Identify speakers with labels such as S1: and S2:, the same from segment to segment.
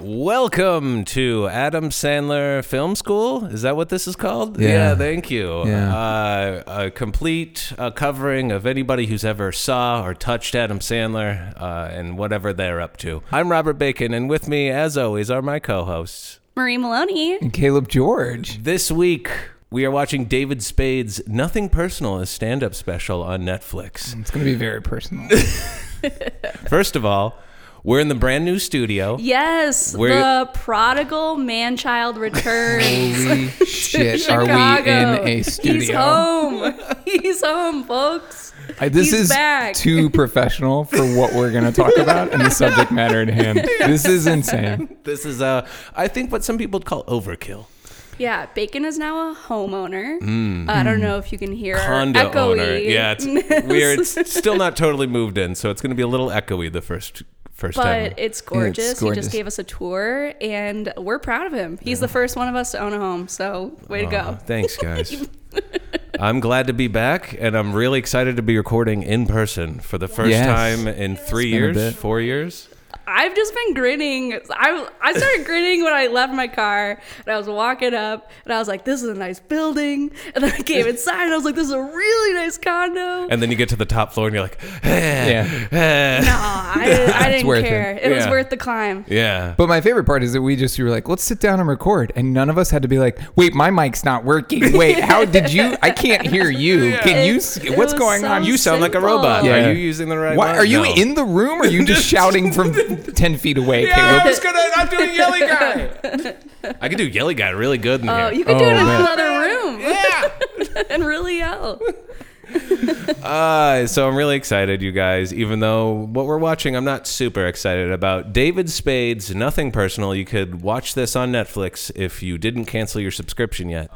S1: Welcome to Adam Sandler Film School. Is that what this is called?
S2: Yeah.
S1: thank you.
S2: Yeah.
S1: Uh, a complete uh, covering of anybody who's ever saw or touched Adam Sandler uh, and whatever they're up to. I'm Robert Bacon, and with me, as always, are my co hosts.
S3: Marie Maloney.
S2: And Caleb George.
S1: This week, we are watching David Spade's Nothing Personal is stand up special on Netflix.
S2: It's going to be very personal.
S1: First of all, we're in the brand new studio.
S3: Yes,
S1: Where-
S3: the prodigal man child returns.
S2: Holy shit, are we
S3: Chicago.
S2: in a
S3: He's
S2: studio?
S3: home. He's home, folks.
S2: I- this
S3: He's
S2: is
S3: back.
S2: too professional for what we're going to talk about and the subject matter at hand. This is insane.
S1: This is, uh, I think, what some people would call overkill.
S3: Yeah, Bacon is now a homeowner.
S2: Mm.
S3: I don't know if you can hear our
S1: condo
S3: echoey.
S1: owner. Yeah, it's weird. It's still not totally moved in, so it's going to be a little echoey the first first time.
S3: But it's gorgeous. He
S2: gorgeous.
S3: just gave us a tour, and we're proud of him. He's the first one of us to own a home, so way to
S1: Uh,
S3: go.
S1: thanks, guys. I'm glad to be back, and I'm really excited to be recording in person for the first
S2: Yes.
S1: time in three
S2: been a
S1: years,
S2: bit.
S1: four years.
S3: I've just been grinning. I, I started grinning when I left my car and I was walking up and I was like, this is a nice building. And then I came inside and I was like, this is a really nice condo.
S1: And then you get to the top floor, and you're like,
S2: Yeah.
S3: Nah, I, I didn't
S2: worth it.
S3: care. It, was
S1: Yeah.
S3: worth the climb.
S1: yeah.
S2: But my favorite part is that we just we were like, let's sit down and record. And none of us had to be like, wait, my mic's not working. Wait, how did you? I can't hear you. Can you? s-
S3: It
S2: What's
S3: was
S2: going on?
S3: so
S1: you sound like a robot.
S3: simple.
S2: Yeah.
S1: Are you using the right?
S2: Why,
S1: line?
S2: are you
S1: No.
S2: in the room or are you just shouting from 10 feet away,
S1: Yeah, I
S2: Caleb?
S1: was gonna. I'm doing yelly guy. I could do yelly guy really good in
S3: Oh,
S1: here.
S3: you could do
S2: Oh,
S3: it in
S2: man.
S3: another room
S1: yeah.
S3: and really yell.
S1: Uh, so I'm really excited, you guys. Even though what we're watching, I'm not super excited about. David Spade's Nothing Personal. You could watch this on Netflix if you didn't cancel your subscription yet.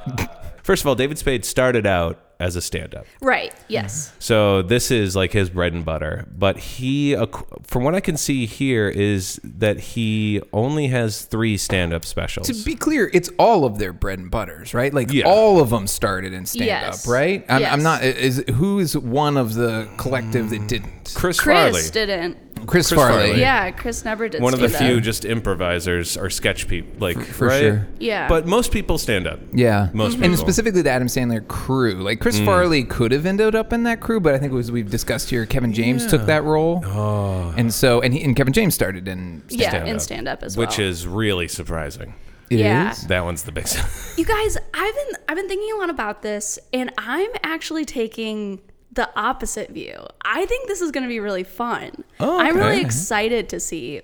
S1: First of all, David Spade started out as a stand-up,
S3: Right. Yes.
S1: so this is like his bread and butter. But he, ac- from what I can see here, is that he only has three stand-up specials.
S2: To be clear, it's all of their bread and butters, right? Like
S1: Yeah.
S2: all of them started in stand
S3: Yes.
S2: up, right? I'm, I'm
S3: Yes. Mm.
S2: not. Is who is one of the collective that didn't?
S1: Chris,
S3: Chris
S1: Farley,
S3: didn't.
S2: Chris,
S1: Farley.
S2: Farley.
S3: Yeah, Chris never did.
S1: one of the
S3: stand-up.
S1: few just improvisers or sketch people, like
S2: for
S1: right?
S2: sure.
S3: Yeah.
S1: But most people stand up.
S2: Yeah.
S1: Most
S2: and
S1: people.
S2: specifically the Adam Sandler crew. Like
S3: Mm.
S2: Chris Farley could have ended up in that crew, but I think it was we've discussed here. Kevin James took that role,
S3: Ah.
S2: and so and he, and Kevin James started in.
S3: Yeah,
S1: stand-up,
S3: in stand up as well.
S1: which is really surprising.
S2: It
S3: Yeah.
S2: is?
S1: That one's the big.
S3: You guys, I've been I've been thinking a lot about this, and I'm actually taking the opposite view. I think this is going to be really fun.
S2: Oh,
S3: I'm really
S2: okay.
S3: excited to see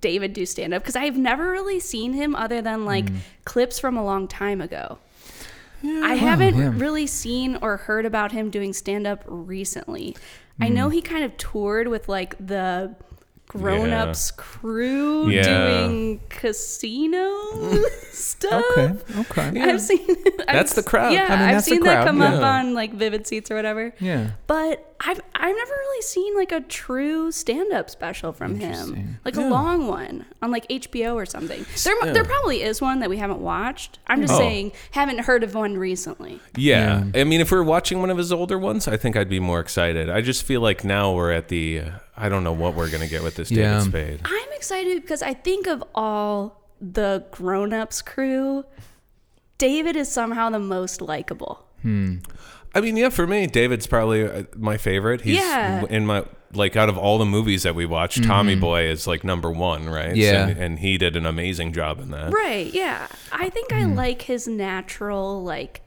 S3: David do stand up because I've never really seen him other than like
S2: Mm.
S3: clips from a long time ago. I haven't really seen or heard about him doing stand up recently. I
S2: Mm.
S3: know he kind of toured with like the grown ups crew
S1: Yeah.
S3: doing casino stuff.
S2: Okay. Okay.
S3: I've seen I've
S1: That's the
S3: s-
S1: crowd.
S3: Yeah,
S1: I
S3: I
S2: mean,
S3: have
S2: that's the
S3: seen that
S2: crowd,
S3: come up
S2: yeah.
S3: on like Vivid Seats or whatever.
S2: Yeah.
S3: But I've I've never really seen like a true stand-up special from him, like a long one on like HBO or something. There mu- there probably is one that we haven't watched. I'm just
S1: Oh.
S3: saying, haven't heard of one recently.
S1: Yeah. I mean, if we were watching one of his older ones, I think I'd be more excited. I just feel like now we're at the. I don't know what we're gonna get with this
S2: Yeah.
S1: David Spade.
S3: I'm excited because I think of all the grown-ups crew, David is somehow the most likable.
S1: I mean, yeah, for me, David's probably uh, my favorite. He's
S3: Yeah.
S1: in my like out of all the movies that we watch, Tommy Boy is like number one, right?
S2: Mm-hmm. Yeah.
S1: and, and he did an amazing job in that.
S2: Mm-hmm.
S3: Right, yeah. I think I like his natural like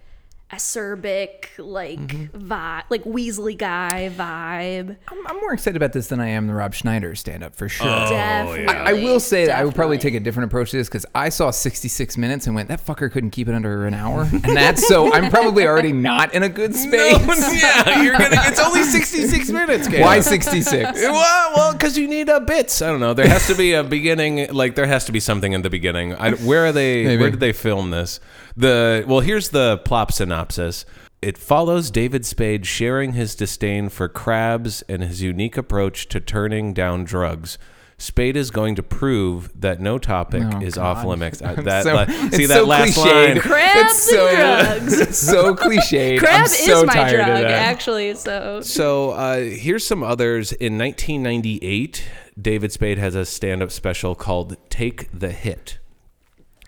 S3: acerbic like
S2: Mm-hmm.
S3: vibe, like Weasley guy vibe.
S2: I'm, I'm more excited about this than I am the Rob Schneider stand up for sure.
S3: Definitely.
S2: Oh, I will say that I would probably
S3: definitely.
S2: take a different approach to this because I saw 66 minutes and went, that fucker couldn't keep it under an hour. And that's so I'm probably already not in a good space.
S1: yeah, you're gonna. It's only 66 minutes. Caleb.
S2: Why 66?
S1: Well, well, because you need uh, bits. I don't know. There has to be a beginning. Like there has to be something in the beginning. I, where are they?
S2: Maybe.
S1: Where did they film this? The well, here's the plop synopsis. It follows David Spade sharing his disdain for crabs and his unique approach to turning down drugs. Spade is going to prove that no topic
S2: Oh,
S1: is
S2: God.
S1: off limits. Uh, That
S2: So-
S1: la-
S2: it's
S1: see that
S2: so
S1: last
S2: cliched.
S1: line.
S3: Crabs
S2: It's so-
S3: and drugs.
S2: It's so cliched.
S3: Crab
S2: I'm so
S3: is my
S2: tired of
S3: drug,
S2: that.
S3: actually. So
S1: So uh, here's some others. In 1998, David Spade has a stand-up special called "Take the Hit,"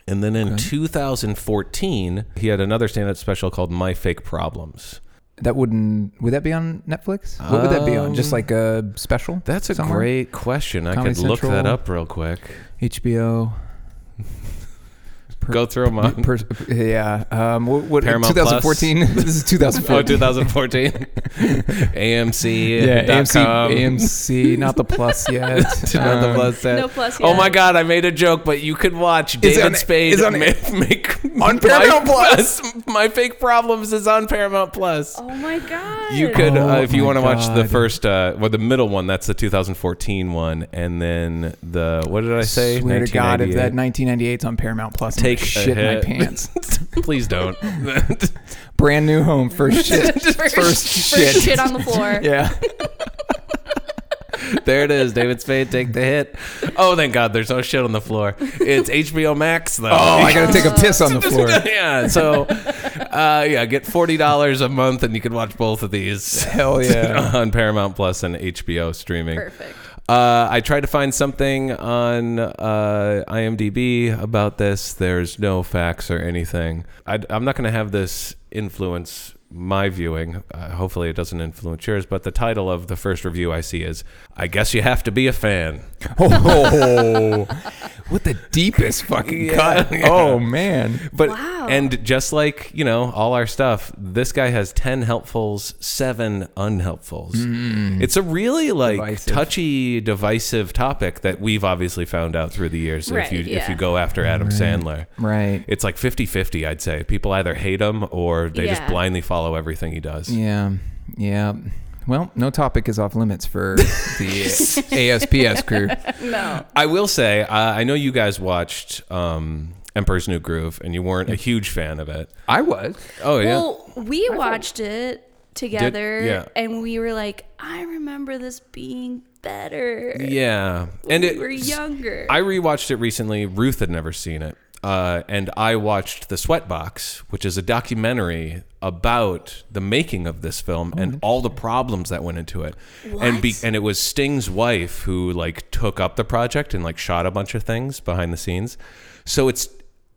S1: and then in 2014, he had another stand-up special called "My Fake Problems."
S2: That wouldn't. Would that be on Netflix? What would that be on? Just like a special?
S1: Um, That's a
S2: somewhere?
S1: great question. I
S2: Comedy
S1: could look that
S2: Central.
S1: up real quick.
S2: HBO.
S1: Go through them on.
S2: Per, yeah. Um, what, what,
S1: Uh-huh. Paramount
S2: 2014. this is
S1: Oh,
S2: 2014.
S1: 2014, AMC,
S2: yeah,
S1: dot
S2: AMC,
S1: com.
S2: AMC, not the plus yet. Um,
S1: Not the plus set.
S3: No plus
S1: Oh
S3: yet.
S1: my God! I made a joke, but you could watch
S2: It's
S1: David
S2: on-
S1: Spade
S2: it's on-
S1: ma- make
S2: On Paramount
S1: my, Plus. My fake problems is on Paramount Plus.
S3: Oh my god.
S1: You could,
S2: Oh
S1: uh, if you
S2: my
S1: want to watch the
S2: God.
S1: first, uh, well, the middle one. That's the 2014 one, and then the what did I say?
S2: Swear to God, if that
S1: 1998.
S2: 1998's on Paramount Plus, I'm
S1: Take
S2: gonna
S1: a
S2: shit in my
S1: hit.
S2: pants.
S1: Please don't.
S2: Brand new home, first shit,
S3: First-
S2: first
S3: First
S2: shit.
S3: shit on the floor.
S2: Yeah,
S1: there it is. David Spade take the hit. Oh, thank God, there's no shit on the floor. It's HBO Max though.
S2: Oh, I gotta take a piss on the floor.
S1: yeah. So, uh, yeah, get forty dollars a month, and you can watch both of these.
S2: Hell yeah.
S1: on Paramount Plus and HBO streaming.
S3: Perfect.
S1: Uh, I tried to find something on uh, IMDb about this. There's no facts or anything. I, am not going to have this influence my viewing. Uh, hopefully, it doesn't influence yours. But the title of the first review I see is "I guess you have to be a fan."
S2: Oh, what the deepest fucking cut. Oh man,
S1: But
S3: Wow.
S1: and just like you know all our stuff, this guy has ten helpfuls, seven unhelpfuls. It's a really like
S2: Mm. Divisive.
S1: touchy, divisive topic that we've obviously found out through the years. if
S3: Right,
S1: you if
S3: yeah.
S1: you go after Adam Sandler,
S2: right?
S1: it's like 50-50, I'd say. People either hate him or they just
S3: Yeah.
S1: blindly follow everything he does.
S2: Yeah, yeah. Well, no topic is off limits for the ASPS crew.
S3: No.
S1: I will say, uh, I know you guys watched um, Emperor's New Groove, and you weren't a huge fan of it.
S2: I was.
S1: Oh yeah.
S3: Well, we watched it together
S1: Did- yeah.
S3: and we were like, I remember this being better.
S1: yeah, and
S3: we
S1: it
S3: were younger.
S1: I rewatched it recently. Ruth had never seen it. Uh, and I watched The Sweatbox, which is a documentary about the making of this film and all the problems that went into it. And be- and it was Sting's wife who like took up the project and like shot a bunch of things behind the scenes. So it's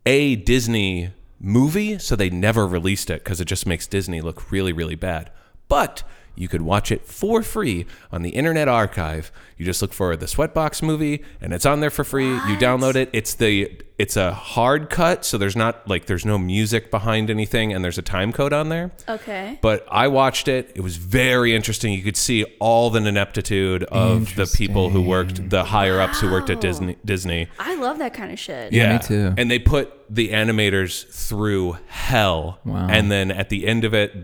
S1: a Disney movie, so they never released it because it just makes Disney look really, really bad. But you could watch it for free on the Internet Archive. You just look for the Sweatbox movie, and it's on there for free. You download it. It's the it's a hard cut, so there's not like there's no music behind anything, and there's a time code on there.
S3: okay.
S1: But I watched it. It was very interesting. You could see all the ineptitude of the people who worked, the higher ups who worked at Disney. Disney.
S3: I love that kind of shit.
S1: Yeah,
S2: me too.
S1: And they put the animators through hell.
S2: Wow.
S1: And then at the end of it,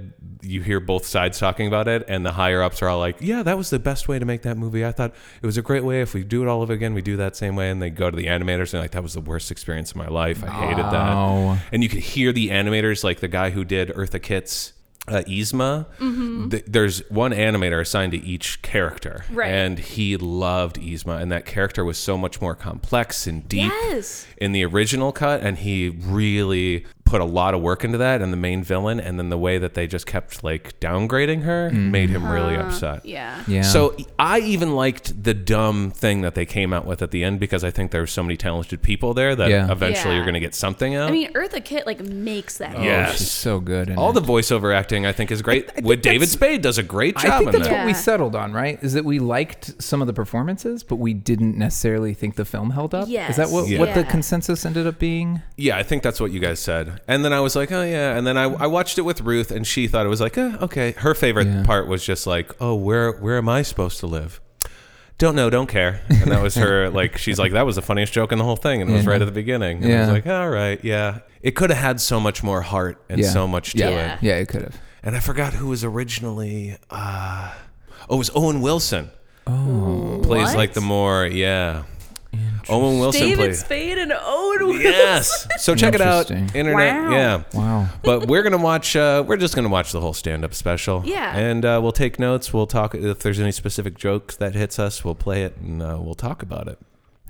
S1: you hear both sides talking about it, and the higher ups are all like, "Yeah, that was the best way to make that movie. I thought it was a great way. If we do it all over again, we do that same way." And they go to the animators and like, "That was the worst experience of my life. I hated
S2: Wow.
S1: that." And you could hear the animators, like the guy who did Eartha Kitt's. Uh, Yzma,
S3: Mm-hmm.
S1: th- there's one animator assigned to each character,
S3: Right.
S1: and he loved Yzma, and that character was so much more complex and deep
S3: Yes.
S1: in the original cut and he really put a lot of work into that and the main villain and then the way that they just kept like downgrading her made him really upset
S3: Yeah.
S2: Mm-hmm. Yeah.
S1: so i even liked the dumb thing that they came out with at the end because i think there were so many talented people there that
S2: Yeah.
S1: eventually
S3: Yeah.
S1: you're going to get something out
S3: I mean, Eartha Kitt like makes that.
S1: Yeah.
S2: oh, she's
S1: Yes.
S2: so good. in
S1: all
S2: it.
S1: the voiceover acting i think is great with david spade does a great job
S2: I think
S1: in
S2: that's
S1: that
S2: what we
S3: Yeah.
S2: settled on, right? Is that we liked some of the performances, but we didn't necessarily think the film held up. Is that what
S3: Yes.
S2: what the
S3: Yeah.
S2: consensus ended up being?
S1: yeah i think that's what you guys said time. And then I was like, oh yeah. And then I, I watched it with Ruth, and she thought it was like, eh, okay. Her favorite
S2: Yeah.
S1: part was just like, oh, where where am I supposed to live? Don't know, don't care. And that was her like she's like, that was the funniest joke in the whole thing, and it was
S2: Yeah.
S1: right at the beginning. And I was
S2: Yeah.
S1: like, all right, yeah. It could have had so much more heart and
S2: Yeah.
S1: so much to
S2: yeah.
S1: it.
S3: Yeah.
S2: Yeah, it could have.
S1: And I forgot who was originally uh Oh, it was Owen Wilson. Oh plays
S3: What?
S1: like the more, yeah. Owen Wilson
S3: David
S1: plays
S3: Spade and Owen Wilson.
S1: Yes. So check it out.
S2: Interesting.
S1: Internet.
S3: Wow.
S1: Yeah.
S2: Wow.
S1: But we're gonna watch. Uh, we're just gonna watch the whole stand-up special.
S3: Yeah.
S1: And uh, we'll take notes. We'll talk if there's any specific jokes that hits us. We'll play it and uh, we'll talk about it.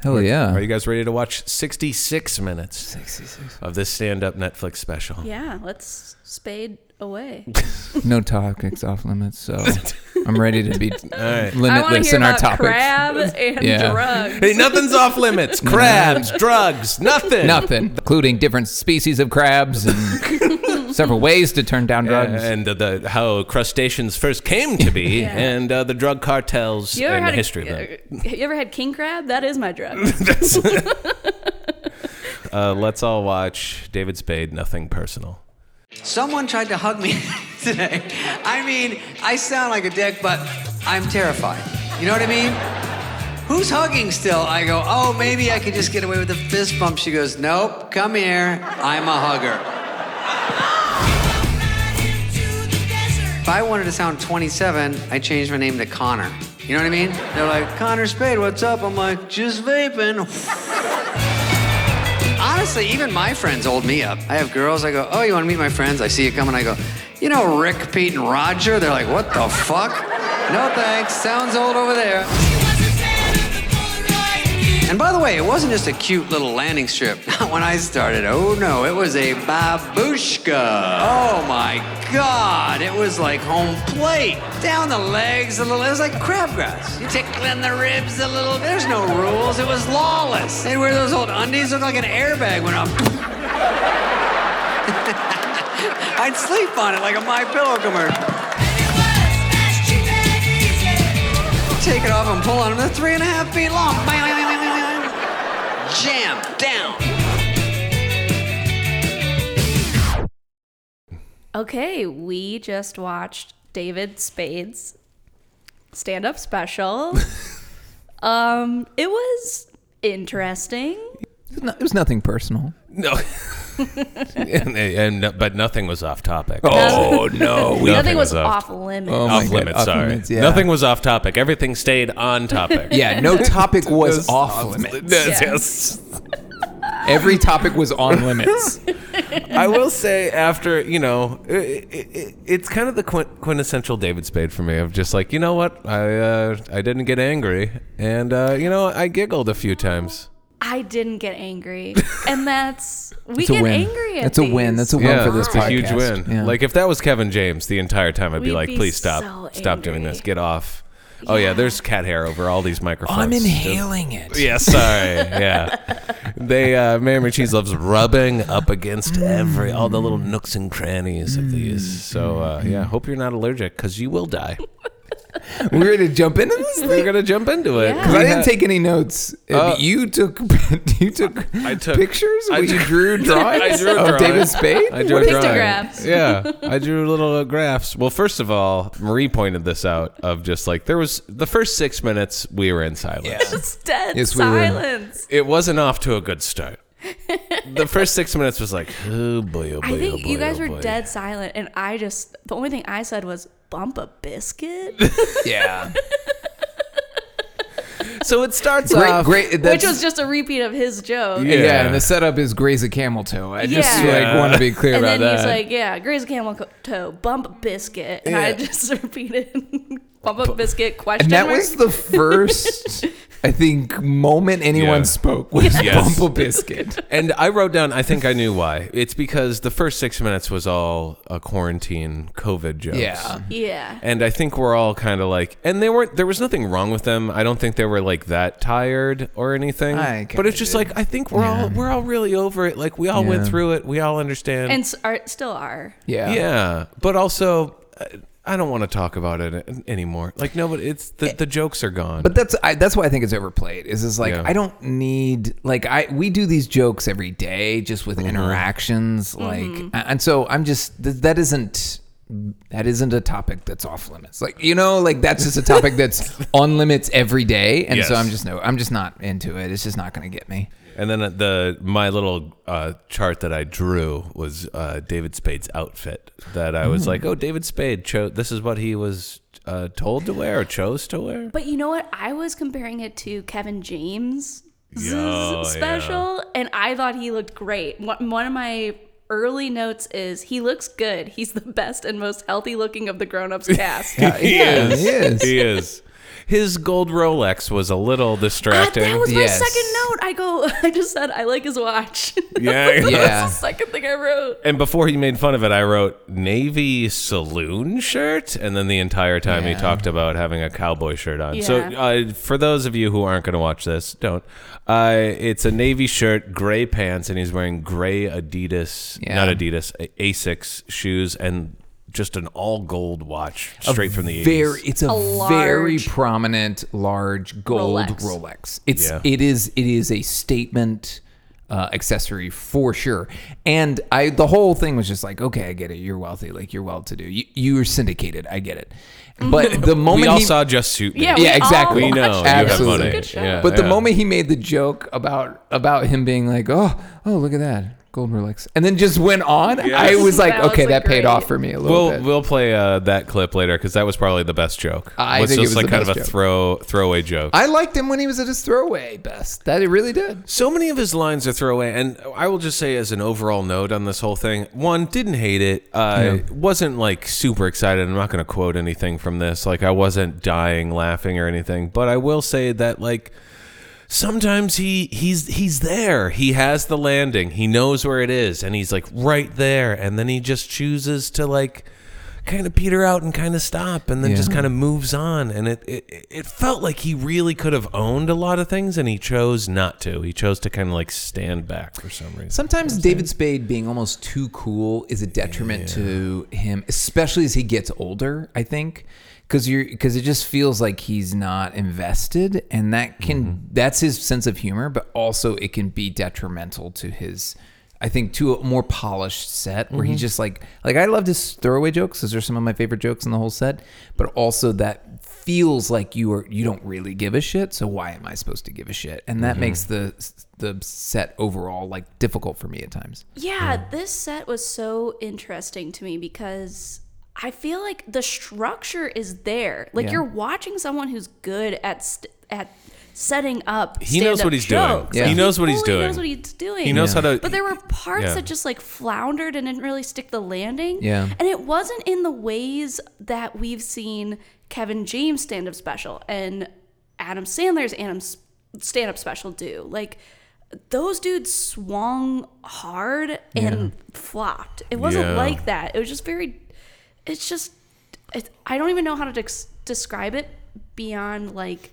S2: Hell yeah.
S1: Are you guys ready to watch 66 minutes of this stand-up Netflix special?
S3: Yeah, let's spade away.
S2: no topics off limits, so I'm ready to be
S1: right.
S3: I want to
S2: limitless
S3: hear
S2: in our
S3: about
S2: topics.
S3: crab and
S2: Yeah.
S3: drugs.
S1: Hey, nothing's off limits. Crabs, drugs, nothing.
S2: Nothing, including different species of crabs and several ways to turn down drugs.
S1: And uh, the how crustaceans first came to be,
S3: Yeah.
S1: and uh, the drug cartels
S3: You ever
S1: and the
S3: had a-
S1: history of them.
S3: You ever had king crab? That is my drug.
S1: Uh, let's all watch David Spade. Nothing personal.
S4: Someone tried to hug me today. I mean, I sound like a dick, but I'm terrified. You know what I mean? Who's hugging still? I go, oh, maybe I could just get away with a fist bump. She goes, nope, come here. I'm a hugger. If I wanted to sound 27, I changed my name to Connor. You know what I mean? They're like, Connor Spade, what's up? I'm like, just vaping. Honestly, even my friends hold me up. I have girls, I go, Oh, you want to meet my friends? I see you coming, I go, You know Rick, Pete, and Roger? They're like, What the fuck? No thanks, sounds old over there. And by the way, it wasn't just a cute little landing strip. Not when I started. Oh no, it was a babushka. Oh my god, it was like home plate. Down the legs a little. It was like crabgrass. You tickling the ribs a little. There's no rules. It was lawless. They wear those old undies look like an airbag went up. I'd sleep on it like a My Pillow commercial. Take it off and pull on them. They're three and a half feet long. Bang, bang, bang, bang, bang, bang. Jam down.
S3: Okay, we just watched David Spade's stand up special. um, it was interesting.
S2: No, it was nothing personal.
S1: No. and, and- and- but nothing was off topic.
S2: Oh no.
S1: Nothing
S3: Nothing was
S1: off-
S3: off limits.
S2: Oh my
S1: off
S2: God,
S1: limits.
S2: off
S1: sorry,
S2: limits, yeah.
S1: nothing was off topic. Everything stayed on topic.
S2: Yeah, no topic was off limits.
S1: Yes,
S3: Yeah.
S1: yes.
S2: Every topic was on limits.
S1: I will say after you know, i it, it's kind of the quin- quintessential David Spade for me. Of just like you know what, I uh, I didn't get angry, and uh, you know I giggled a few times.
S3: I didn't get angry. And that's, we
S2: It's a
S3: get
S2: win.
S3: angry at
S2: That's a win.
S3: these.
S2: That's a win
S1: Yeah,
S2: for this
S1: it's a huge
S2: podcast.
S1: win.
S2: Yeah.
S1: Like if that was Kevin James the entire time, I'd be
S3: We'd
S1: like,
S3: be
S1: please stop,
S3: so
S1: stop doing
S3: angry.
S1: this, get off. Oh yeah, there's cat hair over all these microphones.
S2: I'm inhaling it.
S1: Yeah, sorry. Yeah, they uh, Mary Mary Cheese loves rubbing up against every all the little nooks and crannies of these. So uh,
S2: Mm.
S1: yeah, hope you're not allergic because you will die.
S2: We're ready to jump into this thing.
S1: We're gonna jump into it.
S3: Yeah.
S2: 'Cause I
S1: We ha-
S2: didn't take any notes.
S1: Uh,
S2: you took you took,
S1: I took-
S2: pictures.
S1: I
S2: We
S1: took-
S2: drew drawings
S1: I drew a
S2: of
S1: drawing.
S2: David Spade.
S1: I drew a drawing.
S3: Pictographs.
S1: Yeah, I drew little uh, graphs. Well, first of all, Marie pointed this out of just like there was the first six minutes we were in silence.
S3: It's dead
S2: Yes, we were.
S3: silence.
S1: It wasn't off to a good start. The first six minutes was like, oh boy, oh boy,
S3: I think
S1: oh boy,
S3: you guys
S1: oh
S3: were
S1: boy.
S3: dead silent. And I just, the only thing I said was, bump a biscuit,
S2: Yeah,
S1: So it starts
S2: great,
S1: off.
S2: great.
S3: which
S2: That's,
S3: was just a repeat of his joke.
S2: yeah.
S1: Yeah.
S2: And the setup is graze a camel toe. I just
S3: Yeah.
S2: like want to be clear
S3: and
S2: about
S3: then
S2: that.
S3: he's like, "Yeah, graze a camel co- toe, bump a biscuit," and I
S1: Yeah.
S3: just repeated, "Bump a biscuit?" Question
S2: and that
S3: mark.
S2: was the first, I think, moment anyone
S1: Yeah.
S2: spoke was
S1: Yes.
S2: Bumble Biscuit.
S1: And I wrote down, I think I knew why. It's because the first six minutes was all a quarantine COVID jokes.
S2: Yeah.
S3: yeah.
S1: And I think we're all kind of like, and they weren't. There was nothing wrong with them. I don't think they were like that tired or anything.
S2: I
S1: But it's just
S2: kinda
S1: like I think we're all we're all really over it. Like we all went
S2: Yeah.
S1: through it. We all understand.
S3: And s- are still are.
S2: Yeah.
S1: yeah. But also, uh, I don't want to talk about it an- anymore. Like nobody, it's the, the jokes are gone.
S2: But that's I, that's why I think it's overplayed. Is is like
S1: Yeah.
S2: I don't need like I we do these jokes every day just
S1: Mm-hmm.
S2: with interactions like a- and so I'm just th- that isn't that isn't a topic that's off limits. Like you know like that's just a topic that's on limits every day and so
S1: Yes.
S2: I'm just no I'm just not into it. It's just not going to get me.
S1: and then uh, the my little uh, chart that I drew was uh, David Spade's outfit that I
S2: Mm.
S1: was like, oh, David Spade chose. This is what he was uh, told to wear or chose to wear.
S3: But you know what? I was comparing it to Kevin James'
S1: Yeah,
S3: special, and I thought he looked great. One one of my early notes is he looks good. He's the best and most healthy looking of the grown ups cast.
S1: He is.
S2: He is.
S1: He is. His gold Rolex was a little
S3: Ah,
S1: distracting.
S3: that was my
S2: Yes.
S3: second note. I go, I just said I like his watch.
S1: yeah.
S2: Yeah.
S3: That's the second thing I wrote.
S1: And before he made fun of it, I wrote navy saloon shirt, and then the entire time he
S2: Yeah.
S1: talked about having a cowboy shirt on. So,
S3: Yeah.
S1: uh, for those of you who aren't going to watch this, don't. Uh, it's a navy shirt, gray pants, and he's wearing gray Adidas,
S2: Yeah.
S1: not Adidas, A- Asics shoes, and just an all gold watch straight from the 80s.
S2: very it's a,
S3: A
S2: very
S3: large-
S2: prominent large gold
S3: Rolex.
S2: Rolex. It's
S1: Yeah.
S2: it is it is a statement uh, accessory for sure. And I the whole thing was just like, okay, I get it. You're wealthy, like you're well to do. You you're syndicated. I get it.
S3: Mm-hmm.
S2: But the moment
S1: we all
S2: he,
S1: saw Just Shoot Me.
S3: Yeah,
S2: yeah,
S3: We
S2: exactly.
S3: all
S1: We know.
S3: watched
S1: you have
S3: it. It's a
S1: money.
S2: absolutely.
S3: good show.
S1: Yeah,
S2: But the
S1: yeah.
S2: moment he made the joke about about him being like, oh, oh, look at that gold Rolex, and then just went on, I was like,
S3: That was,
S2: okay,
S3: like,
S2: that paid
S3: great.
S2: off for me a little
S1: We'll
S2: bit.
S1: we'll play uh, that clip later because that was probably the best joke.
S2: I
S1: was
S2: think it
S1: just
S2: was
S1: like
S2: the
S1: kind
S2: best
S1: of a
S2: joke.
S1: throw throwaway joke.
S2: I liked him when he was at his throwaway best. That it really did.
S1: So many of his lines are throwaway, and I will just say as an overall note on this whole thing: one, didn't hate it. Uh, wasn't like super excited. I'm not going to quote anything from this. Like I wasn't dying laughing or anything, but I will say that like sometimes he he's he's there. He has the landing. He knows where it is, and he's like right there, and then he just chooses to like kind of peter out and kind of stop and then
S2: Yeah.
S1: just kind of moves on and it, it it felt like he really could have owned a lot of things and he chose not to he chose to kind of like stand back for some reason
S2: Sometimes David Spade being almost too cool is a detriment to him, especially as he gets older. I think because you're because it just feels like he's not invested, and that can that's his sense of humor, but also it can be detrimental to his. I think to a more polished set where
S1: Mm-hmm.
S2: he's just like like I loved his throwaway jokes. Those are some of my favorite jokes in the whole set. But also that feels like you are you don't really give a shit. So why am I supposed to give a shit? And that
S1: Mm-hmm.
S2: makes the the set overall like difficult for me at times.
S3: Yeah, this set was so interesting to me because I feel like the structure is there. Like
S2: Yeah.
S3: you're watching someone who's good at st- at setting up.
S1: He knows
S3: stand-up
S1: what he's doing.
S3: jokes.
S1: Yeah.
S3: Like,
S1: He knows what he's
S3: fully
S1: doing.
S3: Knows what he's doing.
S1: He knows how to-
S3: But there were parts
S1: Yeah.
S3: that just like floundered and didn't really stick the landing.
S2: Yeah.
S3: And it wasn't in the ways that we've seen Kevin James stand up special and Adam Sandler's Adam stand up special do. Like those dudes swung hard and flopped. It wasn't
S1: Yeah.
S3: like that. It was just very. It's just. It, I don't even know how to dex describe it beyond like.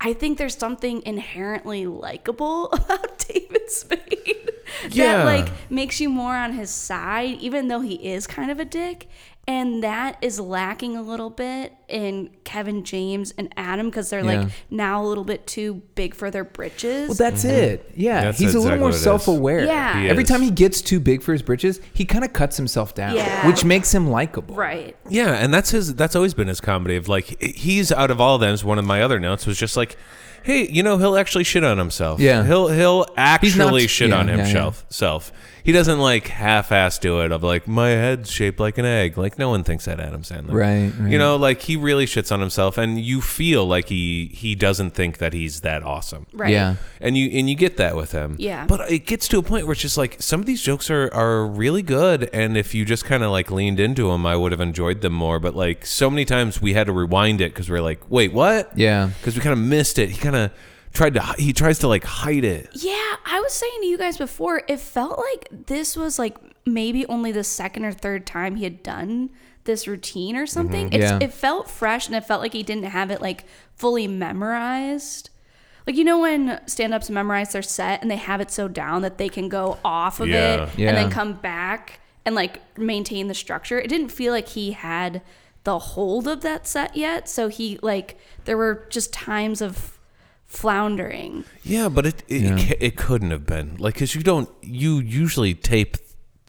S3: I think there's something inherently likable about David Spade
S1: Yeah.
S3: that like makes you more on his side, even though he is kind of a dick. And that is lacking a little bit in Kevin James and Adam because they're
S2: Yeah.
S3: like now a little bit too big for their britches.
S2: Well, that's it. Yeah,
S1: Mm-hmm. That's
S2: he's a
S1: exactly
S2: little more
S1: what it is.
S2: self-aware.
S3: Yeah. He
S2: Every
S1: is.
S2: time he gets too big for his britches, he kind of cuts himself down,
S3: Yeah.
S2: which makes him likable.
S3: right.
S1: yeah and that's his that's always been his comedy of like he's out of all of them is one of my other notes was just like hey you know he'll actually shit on himself
S2: Yeah.
S1: he'll he'll
S2: not-
S1: actually shit
S2: yeah,
S1: on
S2: yeah, yeah.
S1: himself self he doesn't like half-ass do it of like my head's shaped like an egg like no one thinks that adam sandler
S2: Right, right.
S1: you know like he really shits on himself and you feel like he he doesn't think that he's that awesome
S3: Right.
S2: Yeah.
S1: and you and you get that with him.
S3: Yeah.
S1: But it gets to a point where it's just like some of these jokes are are really good, and if you just kind of like leaned into them, I would have enjoyed them more. But like so many times we had to rewind it because we are like, wait, what?
S2: Yeah.
S1: Because we kind of missed it. He kind of tried to hi- he tries to like hide it.
S3: Yeah, I was saying to you guys before, it felt like this was like maybe only the second or third time he had done this routine or something.
S1: Mm-hmm.
S3: It's,
S2: Yeah.
S3: It felt fresh and it felt like he didn't have it like fully memorized. Like, you know, when stand ups memorize their set and they have it so down that they can go off of
S1: Yeah.
S3: it and then
S2: Yeah.
S3: come back and like maintain the structure? It didn't feel like he had the hold of that set yet. So he like there were just times of floundering.
S1: Yeah, but it it,
S2: Yeah.
S1: it, ca- it couldn't have been like because you don't you usually tape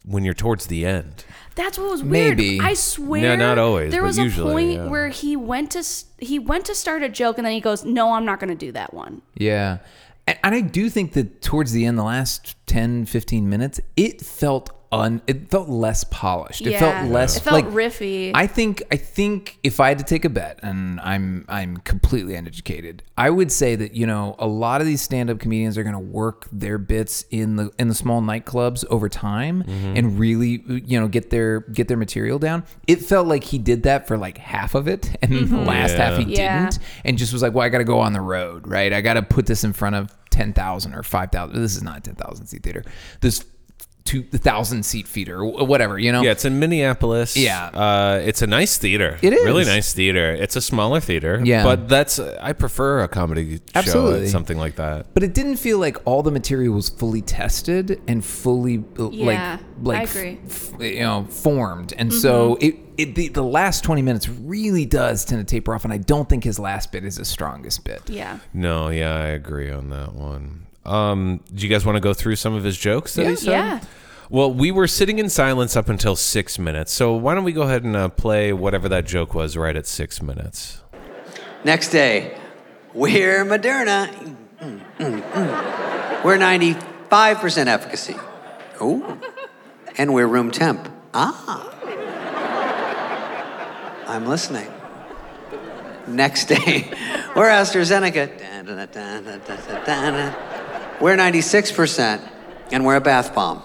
S1: when you're towards the end.
S3: That's what was weird.
S2: Maybe.
S3: I swear.
S1: No, not always,
S3: There
S1: but
S3: was
S1: usually,
S3: a point
S1: yeah.
S3: where he went to s- he went to start a joke and then he goes, "No, I'm not going to do that one."
S2: Yeah. And, and I do think that towards the end, the last 10, 15 minutes, it felt un it felt less polished. It
S3: Yeah.
S2: felt less
S3: It felt
S2: like,
S3: riffy.
S2: I think I think if I had to take a bet, and I'm I'm completely uneducated, I would say that, you know, a lot of these stand up comedians are gonna work their bits in the in the small nightclubs over time and really you know get their get their material down. It felt like he did that for like half of it and the last half he
S3: Yeah.
S2: didn't and just was like, well, I got to go on the road, right? I got to put this in front of 10,000 or 5,000. This is not a 10,000 seat theater. This 2,000 seat theater, or whatever, you know?
S1: Yeah, it's in Minneapolis.
S2: Oh. Yeah.
S1: uh, it's a nice theater.
S2: It is.
S1: really nice theater. It's a smaller theater.
S2: Yeah.
S1: but that's I prefer a comedy show
S2: Absolutely.
S1: at something like that.
S2: But it didn't feel like all the material was fully tested and fully uh,
S3: Yeah,
S2: like like
S3: I agree. Mm-hmm.
S2: f- f- you know formed. And so it, it the, the last 20 minutes really does tend to taper off and I don't think his last bit is his strongest bit.
S3: Yeah.
S1: No, yeah, I agree on that one. Um, do you guys want to go through some of his jokes that he said?
S3: Yeah.
S1: Well, we were sitting in silence up until six minutes, so why don't we go ahead and uh, play whatever that joke was right at six minutes?
S4: Next day, we're Moderna. Mm, mm, mm. We're 95% efficacy. Oh. And we're room temp. Ah. I'm listening. Next day, we're AstraZeneca. We're 96%, and we're a bath bomb.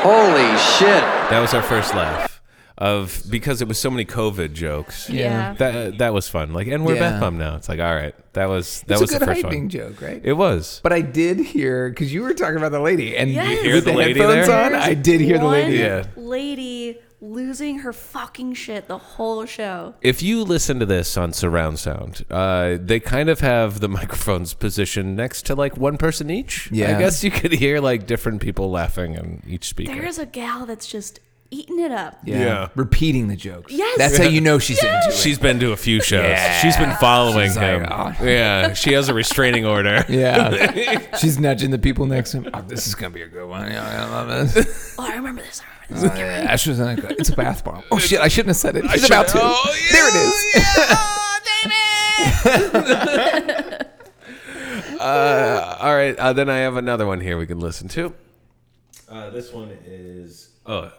S4: Holy shit.
S1: That was our first laugh of because it was so many COVID jokes.
S3: Yeah.
S1: That that was fun. Like, and we're
S2: Yeah.
S1: Beth Bum now. It's like, all right, that was that
S2: It's
S1: was
S2: a good
S1: the first
S2: hyping
S1: one.
S2: joke, right?
S1: It was.
S2: But I did hear because you were talking about the lady, and
S3: Yes. You hear
S2: with
S1: the
S2: the,
S1: lady
S2: headphones
S1: there?
S2: on, I did hear the lady.
S1: Yeah.
S3: Lady losing her fucking shit the whole show.
S1: if you listen to this on surround sound, uh, they kind of have the microphones positioned next to like one person each. I
S2: Yeah.
S1: guess you could hear like different people laughing in each speaker.
S3: There is a gal that's just eating it up.
S1: Yeah.
S2: repeating the jokes.
S3: Yes.
S2: that's how you know she's into it.
S1: She's been to a few shows. She's been following
S2: She's like,
S1: him.
S2: "Oh."
S1: Yeah, she has a restraining order.
S2: Yeah, she's nudging the people next to him. Oh, this is gonna be a good one. Yeah, I love this.
S3: Oh, I remember this. I remember this.
S2: Uh, AstraZeneca. It's a bath bomb. Oh shit! I shouldn't have Oh, said it. She's about to.
S3: Oh,
S2: There it is.
S3: Oh,
S1: All right, uh, then I have another one here we can listen to. Uh, this one is oh,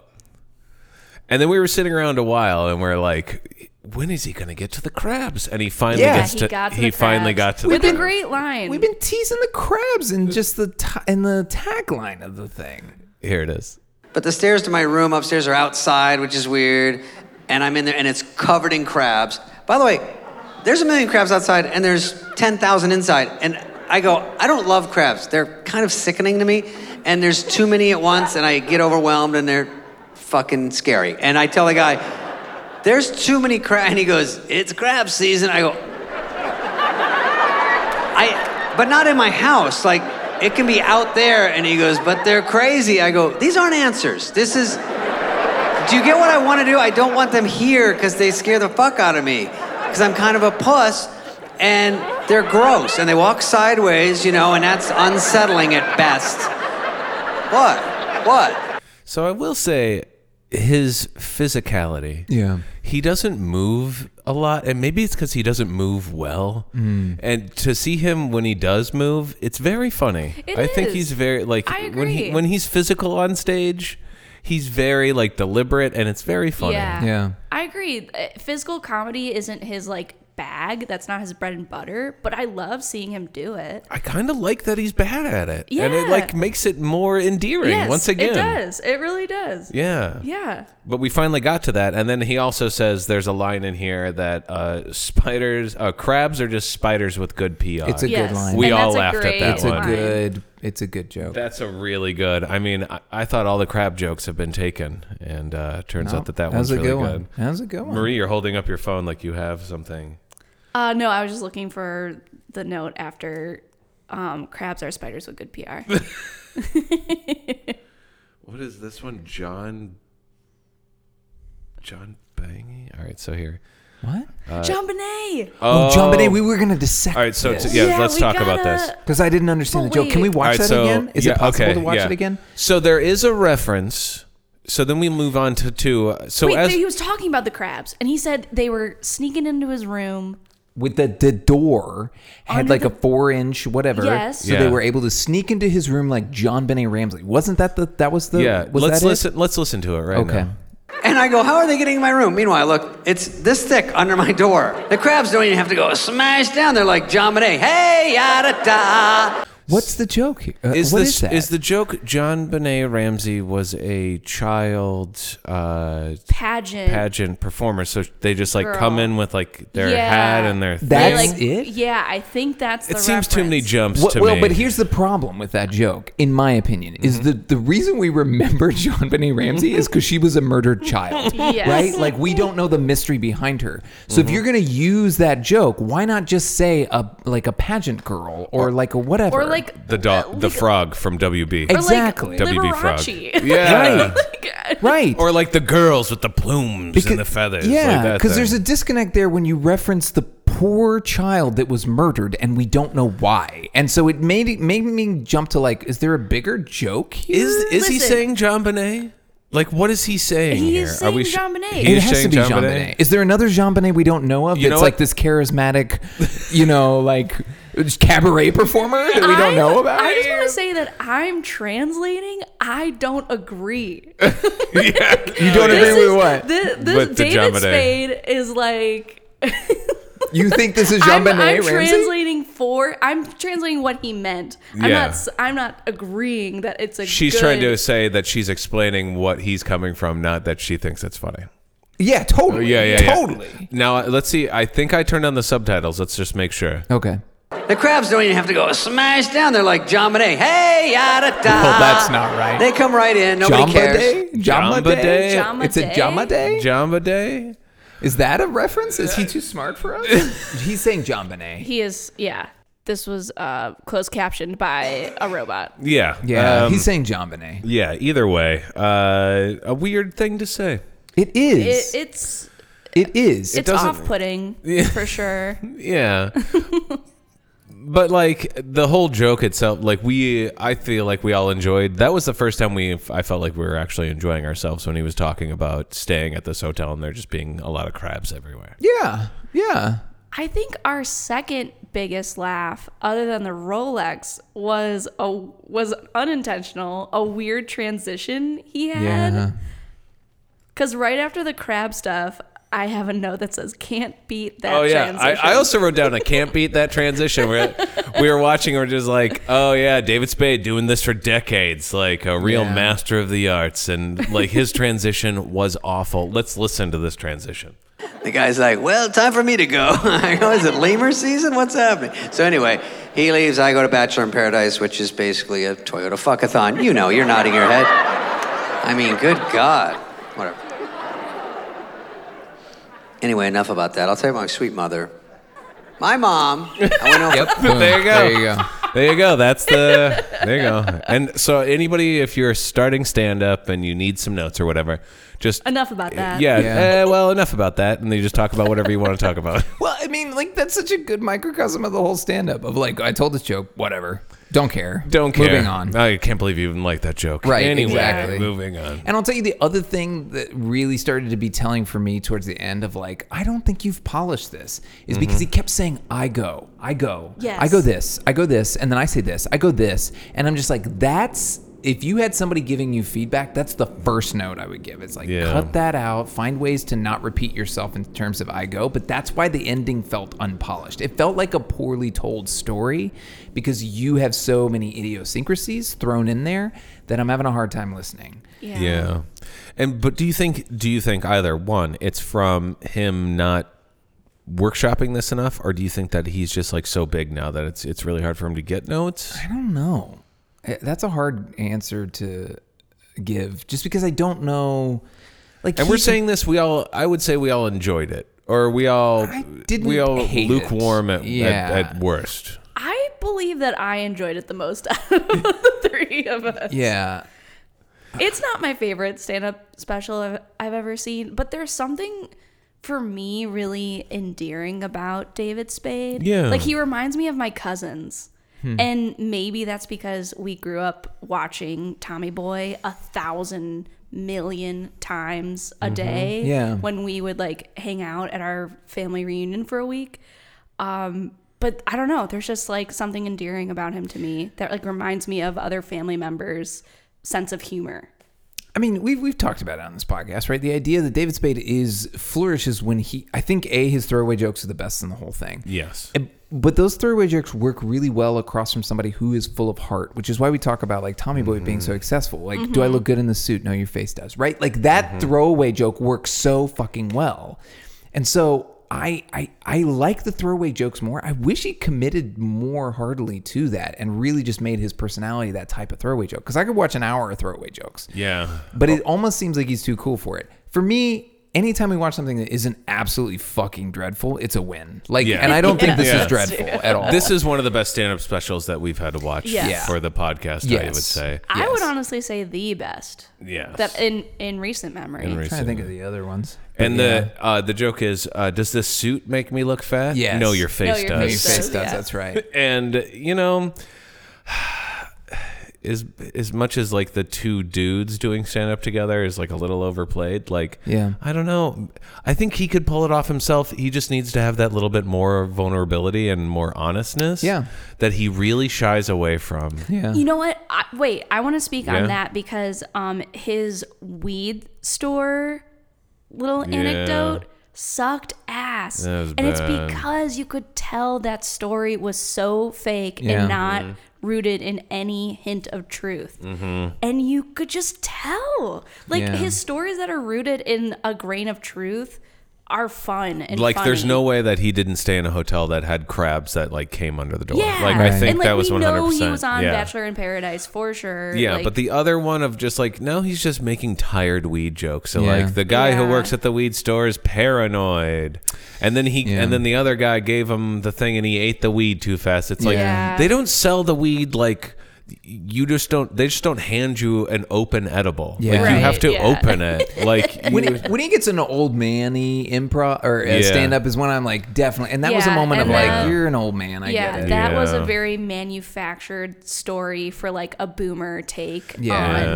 S1: and then we were sitting around a while, and we're like, when is he gonna get to the crabs? And he finally
S2: Yeah.
S1: gets
S3: he
S1: to.
S3: got to
S1: he
S3: the
S1: finally got
S3: crabs.
S1: to the.
S3: with a
S1: crabs.
S3: great line.
S2: We've been teasing the crabs and just the t- and the tagline of the thing.
S1: Here it is.
S4: But the stairs to my room upstairs are outside, which is weird. And I'm in there and it's covered in crabs. By the way, there's a million crabs outside and there's 10,000 inside. And I go, I don't love crabs. They're kind of sickening to me. And there's too many at once and I get overwhelmed and they're fucking scary. And I tell the guy, there's too many crabs. And he goes, it's crab season. I go, I, but not in my house. Like, it can be out there. And he goes, but they're crazy. I go, these aren't answers. This is, do you get what I want to do? I don't want them here because they scare the fuck out of me. Because I'm kind of a puss and they're gross and they walk sideways, you know, and that's unsettling at best. What? What?
S1: So I will say his physicality.
S2: Yeah.
S1: He doesn't move a lot and maybe it's cuz he doesn't move well. And to see him when he does move, it's very funny.
S3: It
S1: I think
S3: is.
S1: he's very like
S3: I
S1: when he
S3: agree.
S1: when he's physical on stage, he's very like deliberate and it's very funny.
S3: Yeah.
S2: Yeah.
S3: I agree. Uh, Physical comedy isn't his like bag. That's not his bread and butter, but I love seeing him do it.
S1: I kind of like that he's bad at it. And it
S3: Yeah.
S1: like makes it more endearing
S3: Yes,
S1: once again.
S3: It does. It really does.
S1: Yeah.
S3: Yeah.
S1: But we finally got to that, and then he also says there's a line in here that uh, spiders, uh, crabs are just spiders with good PR.
S2: It's a- good
S3: Yes.
S2: line.
S1: We
S3: And
S1: all
S3: that's a
S1: laughed at
S3: great
S1: that
S2: It's
S1: one.
S2: a
S3: line.
S2: good. It's a good joke.
S1: That's a really good. I mean, I, I thought all the crab jokes have been taken, and uh, turns out that that one's
S2: was a
S1: really
S2: good
S1: good.
S2: one. That was a good one.
S1: Marie, you're holding up your phone like you have something.
S3: Uh, no, I was just looking for the note after um, crabs are spiders with good PR.
S1: What is this one, John? John Bangy. All right, so here.
S2: What?
S1: Uh,
S3: John Bonet.
S2: Oh, John Bonet, we were gonna dissect.
S1: All right, so
S2: this.
S1: t- yeah, let's
S3: we
S1: talk about
S3: gotta-
S1: this.
S2: Because I didn't understand
S3: But
S2: the joke. Can we
S3: wait.
S2: watch
S1: All right,
S2: that
S1: so,
S2: again? Is
S1: yeah,
S2: it possible
S1: okay,
S2: to watch
S1: yeah.
S2: it again?
S1: So there is a reference. So then we move on to two. uh, So
S3: Wait,
S1: as
S3: he was talking about the crabs, and he said they were sneaking into his room.
S2: With the the door had
S3: Under
S2: like
S3: the-
S2: a four inch whatever.
S3: Yes.
S2: So
S1: Yeah.
S2: they were able to sneak into his room like John Benet Ramsey. Wasn't that the that was the
S1: yeah,
S2: was
S1: let's
S2: that it?
S1: listen. Let's listen to it right
S2: Okay.
S1: now.
S4: And I go, how are they getting in my room? Meanwhile, I look, it's this thick under my door. The crabs don't even have to go smash down. They're like John Bonet, hey, yada da.
S2: What's the joke here? Uh,
S1: Is
S2: what
S1: this
S2: is that?
S1: is the joke? John Benet Ramsey was a child uh,
S3: Pageant.
S1: pageant performer, so they just like
S3: Girl.
S1: come in with like their
S3: Yeah.
S1: hat and their.
S3: They,
S2: That's
S3: like,
S2: it?
S3: Yeah, I think that's.
S1: it
S3: the
S1: seems too many
S3: reference.
S1: jumps
S2: Well,
S1: to me.
S2: well,
S1: Mm-hmm.
S2: but here's the problem with that joke, in my opinion, is the the reason we remember John Benet Ramsey is because she was a murdered child,
S3: Yes.
S2: right? Like we don't know the mystery behind her. So
S1: Mm-hmm.
S2: if you're gonna use that joke, why not just say a like a pageant girl or like a whatever,
S3: Or like uh,
S1: the dog, the frog from WB.
S3: or like
S2: Exactly.
S1: WB Frog.
S3: Liberace.
S1: Yeah.
S3: Like,
S2: right?
S1: Or like the girls with the plumes and the feathers. like
S2: Yeah,
S1: that
S2: because
S1: thing.
S2: there's a disconnect there when you reference the poor child that was murdered and we don't know why. And so it made it made me jump to like, is there a bigger joke here?
S1: Is is he
S3: Mm, Listen.
S1: saying John Bonet? Like what is he saying
S3: He
S1: here?
S3: is
S1: Are we
S3: saying John Bonet.
S1: He
S2: it
S1: is
S2: has to
S1: saying
S2: be Jean
S1: Bonet?
S2: Bonnet. Is there another Jean Bonnet we don't know of
S1: You know
S2: that's
S1: what?
S2: like this charismatic, you know, like cabaret performer that we don't
S3: I-
S2: know about?
S3: I just want to say that I'm translating. I don't agree.
S2: you don't agree
S3: This
S2: with
S3: is-
S2: what?
S3: thi- this
S1: With the
S3: David
S1: Jamaday.
S3: Spade is like.
S2: you think this is Jean
S3: I'm,
S2: Bonnet
S3: I'm
S2: Ramsey?
S3: translating for. I'm translating what he meant. I'm
S1: Yeah.
S3: not. s- I'm not agreeing that it's a.
S1: She's
S3: good-
S1: trying to say that she's explaining what he's coming from, not that she thinks it's funny.
S2: yeah,
S3: Oh,
S2: totally.
S1: Oh, Yeah, yeah, yeah.
S2: totally.
S1: Now uh, let's see. I think I turned on the subtitles. Let's just make sure.
S2: Okay.
S4: The crabs don't even have to go smash down. They're like John Bonet, hey, yada da.
S2: Well, that's not right.
S4: They come right in. Nobody cares.
S2: Jamba
S1: Jamba
S2: Day?
S1: Day?
S3: Jamba
S2: It's a
S3: Day?
S2: Jamba Day?
S1: John Bonet?
S2: Is that a reference? Is he too smart for us? He's saying John Bonet.
S3: He is. Yeah. This was uh, closed captioned by a robot.
S1: Yeah.
S2: Yeah,
S1: Um,
S2: he's saying John Bonet.
S1: yeah. Either way, uh, a weird thing to say.
S2: It
S3: It,
S2: is.
S3: it's
S2: it is.
S3: it's
S1: doesn't-
S3: off putting for sure.
S1: Yeah. but like the whole joke itself, like we, I feel like we all enjoyed. That was the first time we, I felt like we were actually enjoying ourselves when he was talking about staying at this hotel and there just being a lot of crabs everywhere.
S2: yeah. Yeah.
S3: I think our second biggest laugh, other than the Rolex, was a was unintentional, a weird transition he had.
S2: Yeah. uh-huh.
S3: Because right after the crab stuff, I have a note that says "can't beat that."
S1: Oh yeah, I,
S3: transition."
S1: I also wrote down I can't beat that transition. Where we were watching, and we're just like, oh yeah, David Spade doing this for decades, like a real
S2: Yeah.
S1: master of the arts, and like his transition was awful. Let's listen to this transition.
S4: The guy's like, well, time for me to go. I go, is it lemur season? What's happening? So anyway, he leaves. I go to Bachelor in Paradise, which is basically a Toyota fuckathon. You know, you're nodding your head. I mean, good God. Whatever. Anyway, enough about that. I'll tell you about my sweet mother. My mom. I went over.
S1: There you go.
S2: There you go.
S1: There you go. That's the there you go. And so anybody, if you're starting stand up and you need some notes or whatever, just
S3: enough about that.
S1: Yeah.
S2: Yeah.
S1: eh, well, enough about that, and then you just talk about whatever you want to talk about.
S2: Well, I mean, like, that's such a good microcosm of the whole stand up of like, I told this joke, whatever. Don't care.
S1: Don't care.
S2: Moving on.
S1: I can't believe you even like that joke.
S2: Right,
S1: Anyway,
S2: exactly.
S1: moving on.
S2: And I'll tell you the other thing that really started to be telling for me towards the end of like, I don't think you've polished this, is because he kept saying, I go, I go,
S3: Yes.
S2: I go this, I go this, and then I say this, I go this. And I'm just like, that's. If you had somebody giving you feedback, that's the first note I would give. It's like,
S1: Yeah.
S2: cut that out, find ways to not repeat yourself in terms of I go, but that's why the ending felt unpolished. It felt like a poorly told story because you have so many idiosyncrasies thrown in there that I'm having a hard time listening.
S3: yeah.
S1: Yeah. And but do you think do you think either one it's from him not workshopping this enough or do you think that he's just like so big now that it's it's really hard for him to get notes?
S2: I don't know. Uh, That's a hard answer to give, just because I don't know. Like,
S1: And
S2: he-
S1: we're saying this we all I would say we all enjoyed it or we all
S2: I didn't
S1: we all
S2: hate it.
S1: lukewarm at,
S2: Yeah.
S1: at at worst.
S3: I believe that I enjoyed it the most out of the three of us.
S2: yeah,
S3: It's not my favorite stand up special I've, I've ever seen, but there's something for me really endearing about David Spade.
S1: Yeah.
S3: Like he reminds me of my cousins. And maybe that's because we grew up watching Tommy Boy a thousand million times a day.
S2: Yeah.
S3: When we would like hang out at our family reunion for a week. Um, but I don't know. There's just like something endearing about him to me that like reminds me of other family members' sense of humor.
S2: I mean, we've we've talked about it on this podcast, right? The idea that David Spade is flourishes when he, I think, a his throwaway jokes are the best in the whole thing.
S1: Yes.
S2: And- But those throwaway jokes work really well across from somebody who is full of heart, which is why we talk about like Tommy Boy being so successful. Like, do I look good in the suit? No, your face does, right? Like that throwaway joke works so fucking well, and so. I, I I like the throwaway jokes more. I wish he committed more heartily to that and really just made his personality that type of throwaway joke. Because I could watch an hour of throwaway jokes
S1: Yeah.
S2: but it almost seems like he's too cool for it. For me, anytime we watch something that isn't absolutely fucking dreadful, it's a win. Like,
S1: Yeah.
S2: and I don't think this
S1: Yeah.
S2: is dreadful at all.
S1: This is one of the best stand-up specials that we've had to watch
S3: Yes. Yeah.
S1: for the podcast. I
S2: Yes.
S1: would say.
S3: I would
S2: Yes.
S3: honestly say the best.
S1: Yes.
S3: That in in recent memory.
S1: In
S2: I'm trying to
S1: recent-
S2: think of the other ones.
S1: And
S2: But yeah.
S1: the uh, the joke is, uh, does this suit make me look fat?
S2: Yes.
S1: No, your face
S3: your
S1: does.
S2: No, your
S3: face
S2: face does.
S3: yeah.
S2: That's right.
S1: And you know, as as much as like the two dudes doing stand up together is like a little overplayed. Like,
S2: Yeah.
S1: I don't know. I think he could pull it off himself. He just needs to have that little bit more vulnerability and more honestness.
S2: Yeah.
S1: that he really shies away from.
S2: Yeah.
S3: You know what? I, wait, I want to speak
S1: Yeah.
S3: on that because um his weed store little
S1: Yeah.
S3: anecdote sucked ass.
S1: That was
S3: and it's
S1: bad.
S3: because you could tell that story was so fake
S2: Yeah.
S3: and not
S1: Mm-hmm.
S3: rooted in any hint of truth.
S1: Mm-hmm.
S3: And you could just tell. Like
S2: Yeah.
S3: his stories that are rooted in a grain of truth are fun and
S1: like there's
S3: funny.
S1: no way that he didn't stay in a hotel that had crabs that like came under the door.
S3: Yeah.
S1: Like I
S2: Right.
S1: think
S3: and, like,
S1: that was
S3: we
S1: 100%.
S3: know he was on
S1: yeah.
S3: Bachelor in Paradise for sure.
S1: Yeah,
S3: Like,
S1: but the other one of just like no, he's just making tired weed jokes. So
S2: Yeah.
S1: like the guy who
S3: Yeah.
S1: works at the weed store is paranoid, and then he
S2: Yeah.
S1: and then the other guy gave him the thing and he ate the weed too fast. It's like
S3: Yeah.
S1: they don't sell the weed like you just don't. They just don't hand you an open edible. Like
S2: Yeah.
S1: you have
S3: Right,
S1: to
S3: yeah.
S1: open it. Like
S2: when, it, when he gets an old man y improv or uh,
S1: Yeah.
S2: stand up is when I'm like definitely and that was a
S3: Yeah,
S2: moment of
S3: and
S2: like
S3: that-
S2: you're an old man I
S3: yeah,
S2: get it
S3: that was
S1: Yeah.
S3: a very manufactured story for like a boomer take
S2: Yeah.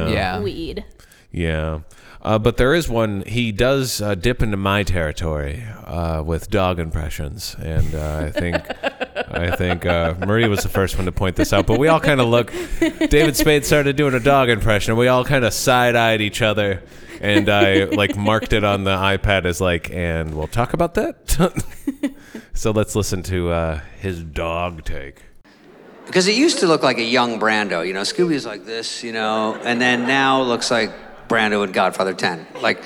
S3: on
S2: Yeah.
S3: weed.
S1: Yeah. Uh, but there is one. He does uh, dip into my territory uh, with dog impressions, and uh, I think I think uh, Marie was the first one to point this out. But we all kind of look. David Spade started doing a dog impression. We all kind of side eyed each other, and I like marked it on the iPad as like, and we'll talk about that. so let's listen to uh, his dog take.
S4: Because it used to look like a young Brando, you know, Scooby is like this, you know, and then now looks like Brando in Godfather 10. Like,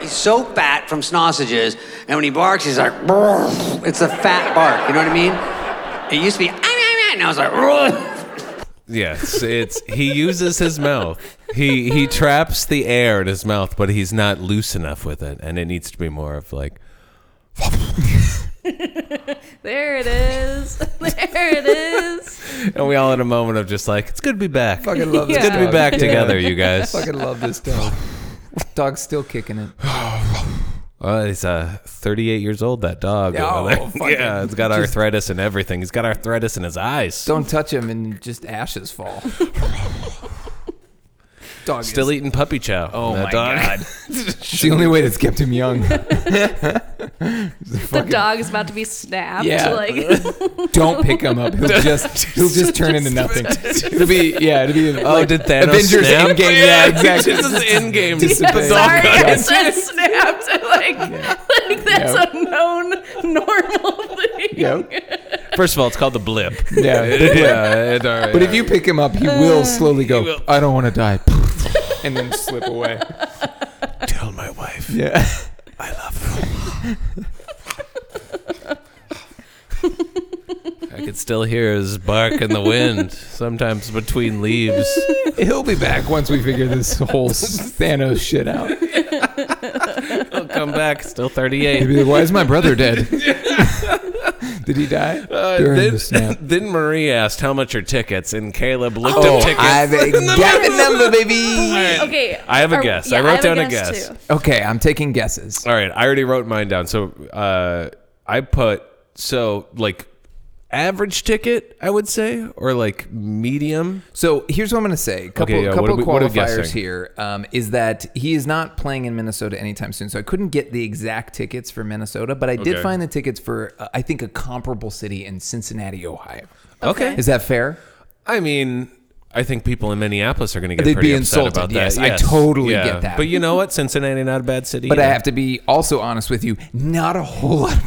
S4: he's so fat from sausages, and when he barks, he's like, "Brrr." it's a fat bark, you know what I mean? It used to be, "Ah, ah, ah," now it's like, "Brrr."
S1: Yes, it's he uses his mouth. He he traps the air in his mouth, but he's not loose enough with it, and it needs to be more of like
S3: There it is. there it is.
S1: and we all had a moment of just like, it's good to be back.
S2: fucking love
S3: Yeah.
S2: this
S1: Good to be
S2: dog.
S1: back
S2: Yeah.
S1: together, you guys.
S2: fucking love this dog dog's still kicking it
S1: Well, he's uh, 38 years old, that dog.
S2: Oh,
S1: over there.
S2: fucking-
S1: yeah, it's got arthritis and everything. He's got arthritis in his eyes.
S2: Don't touch him and just ashes fall. Dog is-
S1: Still eating puppy chow.
S2: Oh
S1: That
S2: my
S1: dog-
S2: god! it's the only way that's kept him young.
S3: The dog is about to be snapped.
S2: Yeah.
S3: Like
S2: Don't pick him up. He'll just he'll just turn into nothing. It'll be yeah. It'll be
S1: Oh, did Thanos
S2: Avengers
S1: snap?
S2: Endgame. Yeah, exactly.
S1: This is endgame.
S2: Dissipate.
S1: Dog
S3: sorry, I
S1: got-
S3: said snapped. Like, like that's a known normal thing.
S2: Yep.
S1: First of all, it's called the blip.
S2: Yeah.
S1: yeah, it, all right.
S2: But if you pick him up, he will slowly go.
S1: will.
S2: I don't want to die, and then slip away.
S1: tell my wife.
S2: Yeah.
S1: I love I could still hear his bark in the wind, sometimes between leaves.
S2: He'll be back once we figure this whole Thanos shit out.
S1: He'll come back, still 38.
S2: He'll be like, "Why is my brother dead?" Did he die?
S1: Uh,
S2: During
S1: then,
S2: the snap.
S1: then Marie asked, "How much are tickets?" And Caleb looked
S2: Oh,
S1: up tickets.
S2: I've got the number, baby.
S3: Okay.
S1: I have a
S3: Are-
S1: guess.
S3: yeah,
S1: I wrote
S3: have
S1: down a guess.
S3: too.
S2: Okay, I'm taking guesses.
S1: All right, I already wrote mine down. So uh, I put so like average ticket, I would say, or like medium.
S2: So here's what I'm going to say. Couple,
S1: Okay, yeah,
S2: couple
S1: what are we- what are we
S2: qualifiers
S1: guessing?
S2: here um, is that he is not playing in Minnesota anytime soon. So I couldn't get the exact tickets for Minnesota, but I did
S1: Okay.
S2: find the tickets for uh, I think a comparable city in Cincinnati, Ohio.
S1: Okay.
S2: Is that fair?
S1: I mean, I think people in Minneapolis are going to get
S2: They'd
S1: pretty
S2: be
S1: upset
S2: insulted,
S1: about that.
S2: yes. I totally get that.
S1: But you know what? Cincinnati, not a bad city.
S2: But I
S1: either.
S2: have to be also honest with you. Not a whole lot of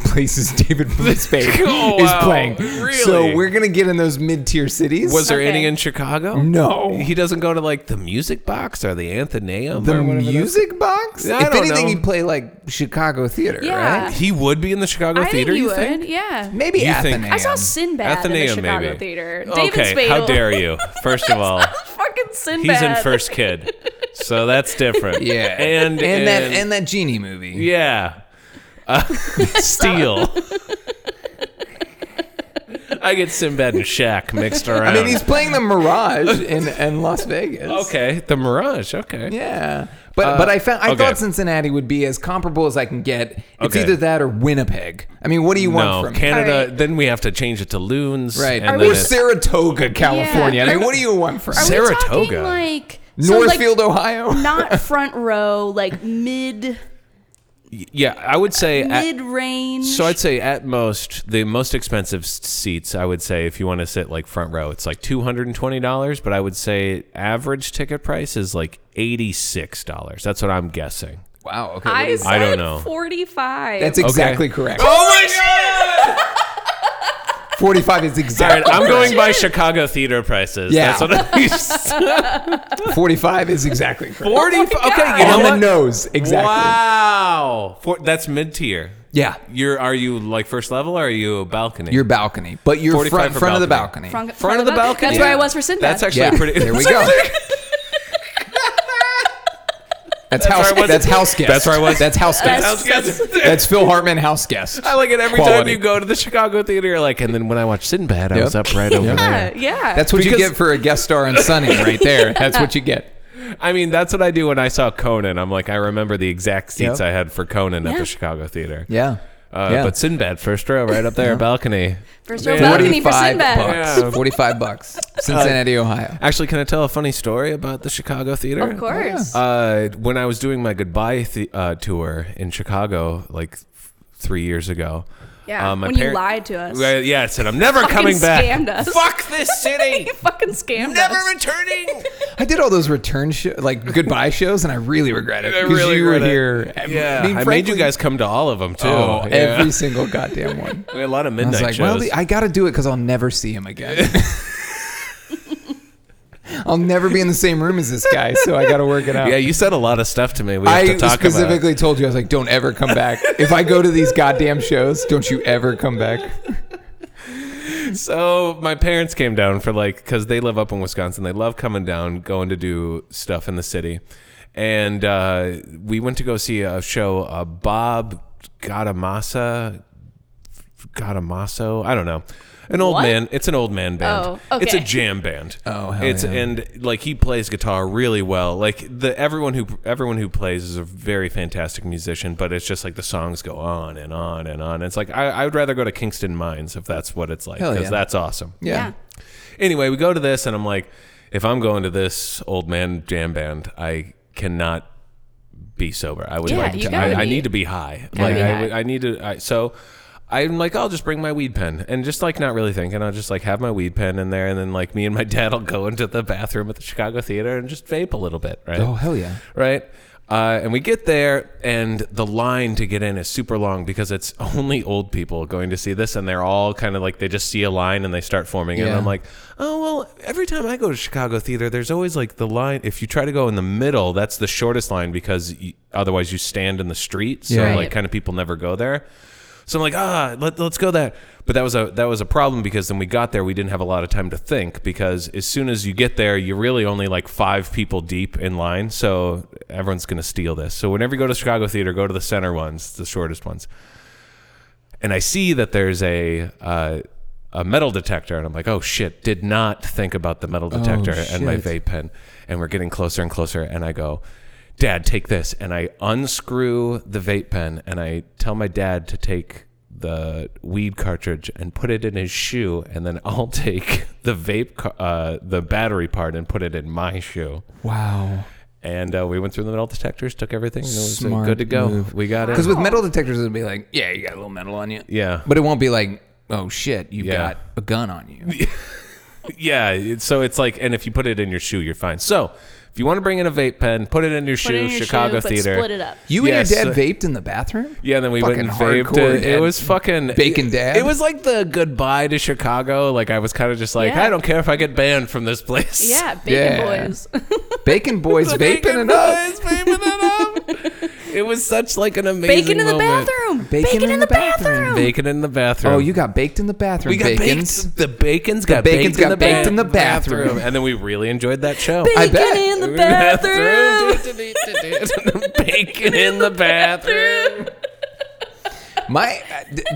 S2: places David Spade
S1: Oh,
S2: is
S1: wow.
S2: playing.
S1: Really?
S2: So we're gonna get in those mid-tier cities.
S1: Was there any
S3: Okay.
S1: in Chicago?
S2: No.
S1: He doesn't go to like the Music Box or the Athenaeum
S2: the
S1: or whatever that-
S2: music box?
S1: Yeah, I
S2: if
S1: don't
S2: anything,
S1: know.
S2: he'd play like Chicago theater,
S3: Yeah.
S2: right?
S1: He would be in the Chicago
S3: I
S1: theater.
S3: think you,
S1: you
S3: would.
S1: think?
S3: Yeah.
S2: Maybe
S1: You think-
S2: Athenaeum.
S3: I saw Sinbad
S1: Athenaeum,
S3: in the Chicago
S1: maybe.
S3: theater. David
S1: Okay,
S3: Spade.
S1: how dare you? First of all,
S3: Fucking Sinbad.
S1: he's in First Kid, so that's different.
S2: Yeah,
S1: and
S2: and that
S1: in-
S2: and that genie movie.
S1: Yeah. Uh, steel. I get Sinbad and Shaq mixed around.
S2: I mean, he's playing the Mirage in, in Las Vegas.
S1: okay. The Mirage. Okay.
S2: Yeah, but but I found I
S1: okay.
S2: thought Cincinnati would be as comparable as I can get. It's
S1: Okay.
S2: either that or Winnipeg. I mean, what do you want
S1: No,
S2: from me?
S1: Canada.
S3: All right.
S1: Then we have to change it to Loons.
S2: Right.
S1: And
S3: Are
S1: then
S3: we
S2: Or
S3: it's-
S2: Saratoga, California. I
S3: Are
S2: mean,
S3: we-
S2: what do you want from
S3: Are
S2: me?
S1: Saratoga.
S3: we talking like so, like,
S2: Northfield, Ohio?
S3: not front row, like mid
S1: it's- yeah, I would say.
S3: mid
S1: At,
S3: range.
S1: so I'd say at most the most expensive s- seats. I would say if you want to sit like front row, it's like two hundred and twenty dollars. But I would say average ticket price is like eighty six dollars. That's what I'm guessing.
S2: Wow. Okay. what
S3: I
S2: is-
S3: said
S1: I don't know.
S3: forty five.
S2: that's exactly correct.
S3: Oh
S1: my god!
S2: 45 is
S1: All right,
S2: exactly.
S3: Oh
S1: I'm
S2: correct.
S1: going by Chicago theater prices.
S2: Yeah.
S1: That's what I
S2: 45 is exactly correct.
S1: 40. okay, you
S2: On
S1: know
S2: the
S1: what?
S2: nose, exactly.
S1: Wow. For, that's mid tier.
S2: Yeah,
S1: You're are you like first level or are you balcony?
S2: your balcony, but you're
S1: 45
S2: front,
S1: for
S2: front of the
S1: balcony.
S2: balcony.
S3: front,
S1: front of the balcony.
S3: That's where I was for Sinbad.
S1: That's actually
S2: yeah,
S1: pretty.
S2: there we go. That's, house.
S1: where I was-
S2: That's house guest.
S1: That's where I was.
S2: That's house guest.
S1: That's- that's-
S2: That's Phil Hartman house guest.
S1: I like it every time
S2: Quality.
S1: you go to the Chicago theater. You're like, and then when I watch Sinbad, I
S2: Yep.
S1: was up right over
S3: yeah,
S1: there.
S3: yeah.
S2: That's what
S1: Because-
S2: you get for a guest star on Sunny, right there. That's what you get.
S1: I mean, that's what I do when I saw Conan. I'm like, I remember the exact seats
S2: Yep.
S1: I had for Conan at
S3: Yeah.
S1: the Chicago theater.
S2: Yeah.
S1: Uh, But Sinbad, first row, right up there, balcony.
S3: first row
S1: Yeah.
S3: balcony for
S2: 45
S3: Sinbad.
S2: bucks.
S1: Yeah.
S2: 45 bucks. Cincinnati, Ohio.
S1: Actually, can I tell a funny story about the Chicago theater?
S3: Of course.
S1: Uh, when I was doing my goodbye th- uh, tour in Chicago, like f- three years ago.
S3: Yeah,
S1: uh, my
S3: when you
S1: parent-
S3: lied to us.
S1: Right, yeah, I said I'm never
S3: Fucking
S1: coming back.
S3: scammed us.
S1: Fuck this city.
S3: you fucking scammed
S1: never
S3: us.
S1: returning.
S2: I did all those return show, like goodbye shows, and I really regret it
S1: I
S2: because
S1: really
S2: you were
S1: regret it.
S2: here.
S1: Yeah, I,
S2: mean,
S1: made you
S2: frankly-
S1: guys come to all of them too.
S2: Oh,
S1: Yeah.
S2: every single goddamn one.
S1: we had a lot of
S2: I
S1: midnight
S2: was like, well,
S1: shows.
S2: the, I got to do it because I'll never see him again. I'll never be in the same room as this guy, so I got to work it out.
S1: yeah, you said a lot of stuff to me. We have
S2: I
S1: to talk about.
S2: specifically told you, I was like, don't ever come back. If I go to these goddamn shows, don't you ever come back.
S1: So my parents came down for like because they live up in Wisconsin. They love coming down, going to do stuff in the city, and uh, we went to go see a show. Uh, Bob Gadamasa, Gadamaso, I don't know. An old
S3: What?
S1: man. It's an old man band.
S3: Oh, okay.
S1: It's a jam band.
S2: Oh, hell
S1: It's
S2: yeah.
S1: and like he plays guitar really well. Like the everyone who everyone who plays is a very fantastic musician, but it's just like the songs go on and on and on. It's like I, I would rather go to Kingston Mines if that's what it's like
S2: Hell
S1: because
S2: yeah.
S1: that's awesome.
S3: Yeah.
S1: Anyway, we go to this and I'm like, if I'm going to this old man jam band, I cannot be sober. I would
S3: Yeah,
S1: like
S3: you
S1: to,
S3: gotta
S1: I, I
S3: be.
S1: need to be high. Like
S3: be
S1: I,
S3: high.
S1: would- I need to. I, so I'm like, I'll just bring my weed pen and just like not really thinking. I'll just like have my weed pen in there, and then like me and my dad will go into the bathroom at the Chicago Theater and just vape a little bit, right?
S2: Oh, hell yeah.
S1: Right. Uh, and we get there, and the line to get in is super long because it's only old people going to see this, and they're all kind of like they just see a line and they start forming. And
S2: Yeah.
S1: I'm like, oh well. Every time I go to Chicago theater, there's always like the line. If you try to go in the middle, that's the shortest line because you, otherwise you stand in the street. So
S2: Yeah.
S1: like kind of people never go there. So I'm like, ah, let, let's go that. But that was a that was a problem because then we got there, we didn't have a lot of time to think because as soon as you get there, you're really only like five people deep in line, so everyone's gonna steal this. So whenever you go to Chicago theater, go to the center ones, the shortest ones. and I see that there's a uh, a metal detector, and I'm like, oh shit, did not think about the metal detector and my
S2: Oh, shit.
S1: vape pen, and we're getting closer and closer, and I go. Dad, take this. And I unscrew the vape pen and I tell my dad to take the weed cartridge and put it in his shoe. And then I'll take the vape, ca- uh, the battery part and put it in my shoe.
S2: Wow.
S1: And uh, we went through the metal detectors, took everything, and it was like,
S2: Smart
S1: good to go.
S2: move.
S1: We got
S2: Because
S1: it.
S2: with metal detectors, it'd be like, yeah, you got a little metal on you.
S1: Oh. Yeah.
S2: But it won't be like, oh shit, you've
S1: Yeah.
S2: got a gun on you.
S1: Yeah. it- So it's like, and if you put it in your shoe, you're fine. So if you want to bring in a vape pen, put it in your
S3: Put
S1: shoe,
S3: it in your
S1: Chicago
S3: shoe,
S1: Theater.
S3: But split it up.
S2: You
S1: Yes.
S2: and your dad vaped in the bathroom?
S1: Yeah, and then we went and
S2: Fucking
S1: vaped
S2: hardcore,
S1: it. It
S2: Dad.
S1: was fucking
S2: Bacon Dad?
S1: It was like the goodbye to Chicago. Like I was kind of just like,
S3: Yeah.
S1: I don't care if I get banned from this place.
S3: Yeah, bacon
S2: Yeah.
S3: boys.
S2: Bacon boys
S1: Bacon
S2: vaping it up.
S1: boys vaping it up. It was such like an amazing
S3: bacon in the
S1: moment.
S3: bathroom.
S2: Bacon in the bathroom.
S1: Bacon in the bathroom.
S2: Oh, you got baked in the bathroom.
S1: we got
S2: Bacons.
S1: baked. The bacon's got
S2: bacon's
S1: baked in
S2: got
S1: the
S2: baked in the
S1: bathroom.
S2: bathroom.
S1: and then we really enjoyed that show.
S3: Bacon
S2: I bet.
S3: in the bathroom.
S1: bacon in the bathroom.
S2: My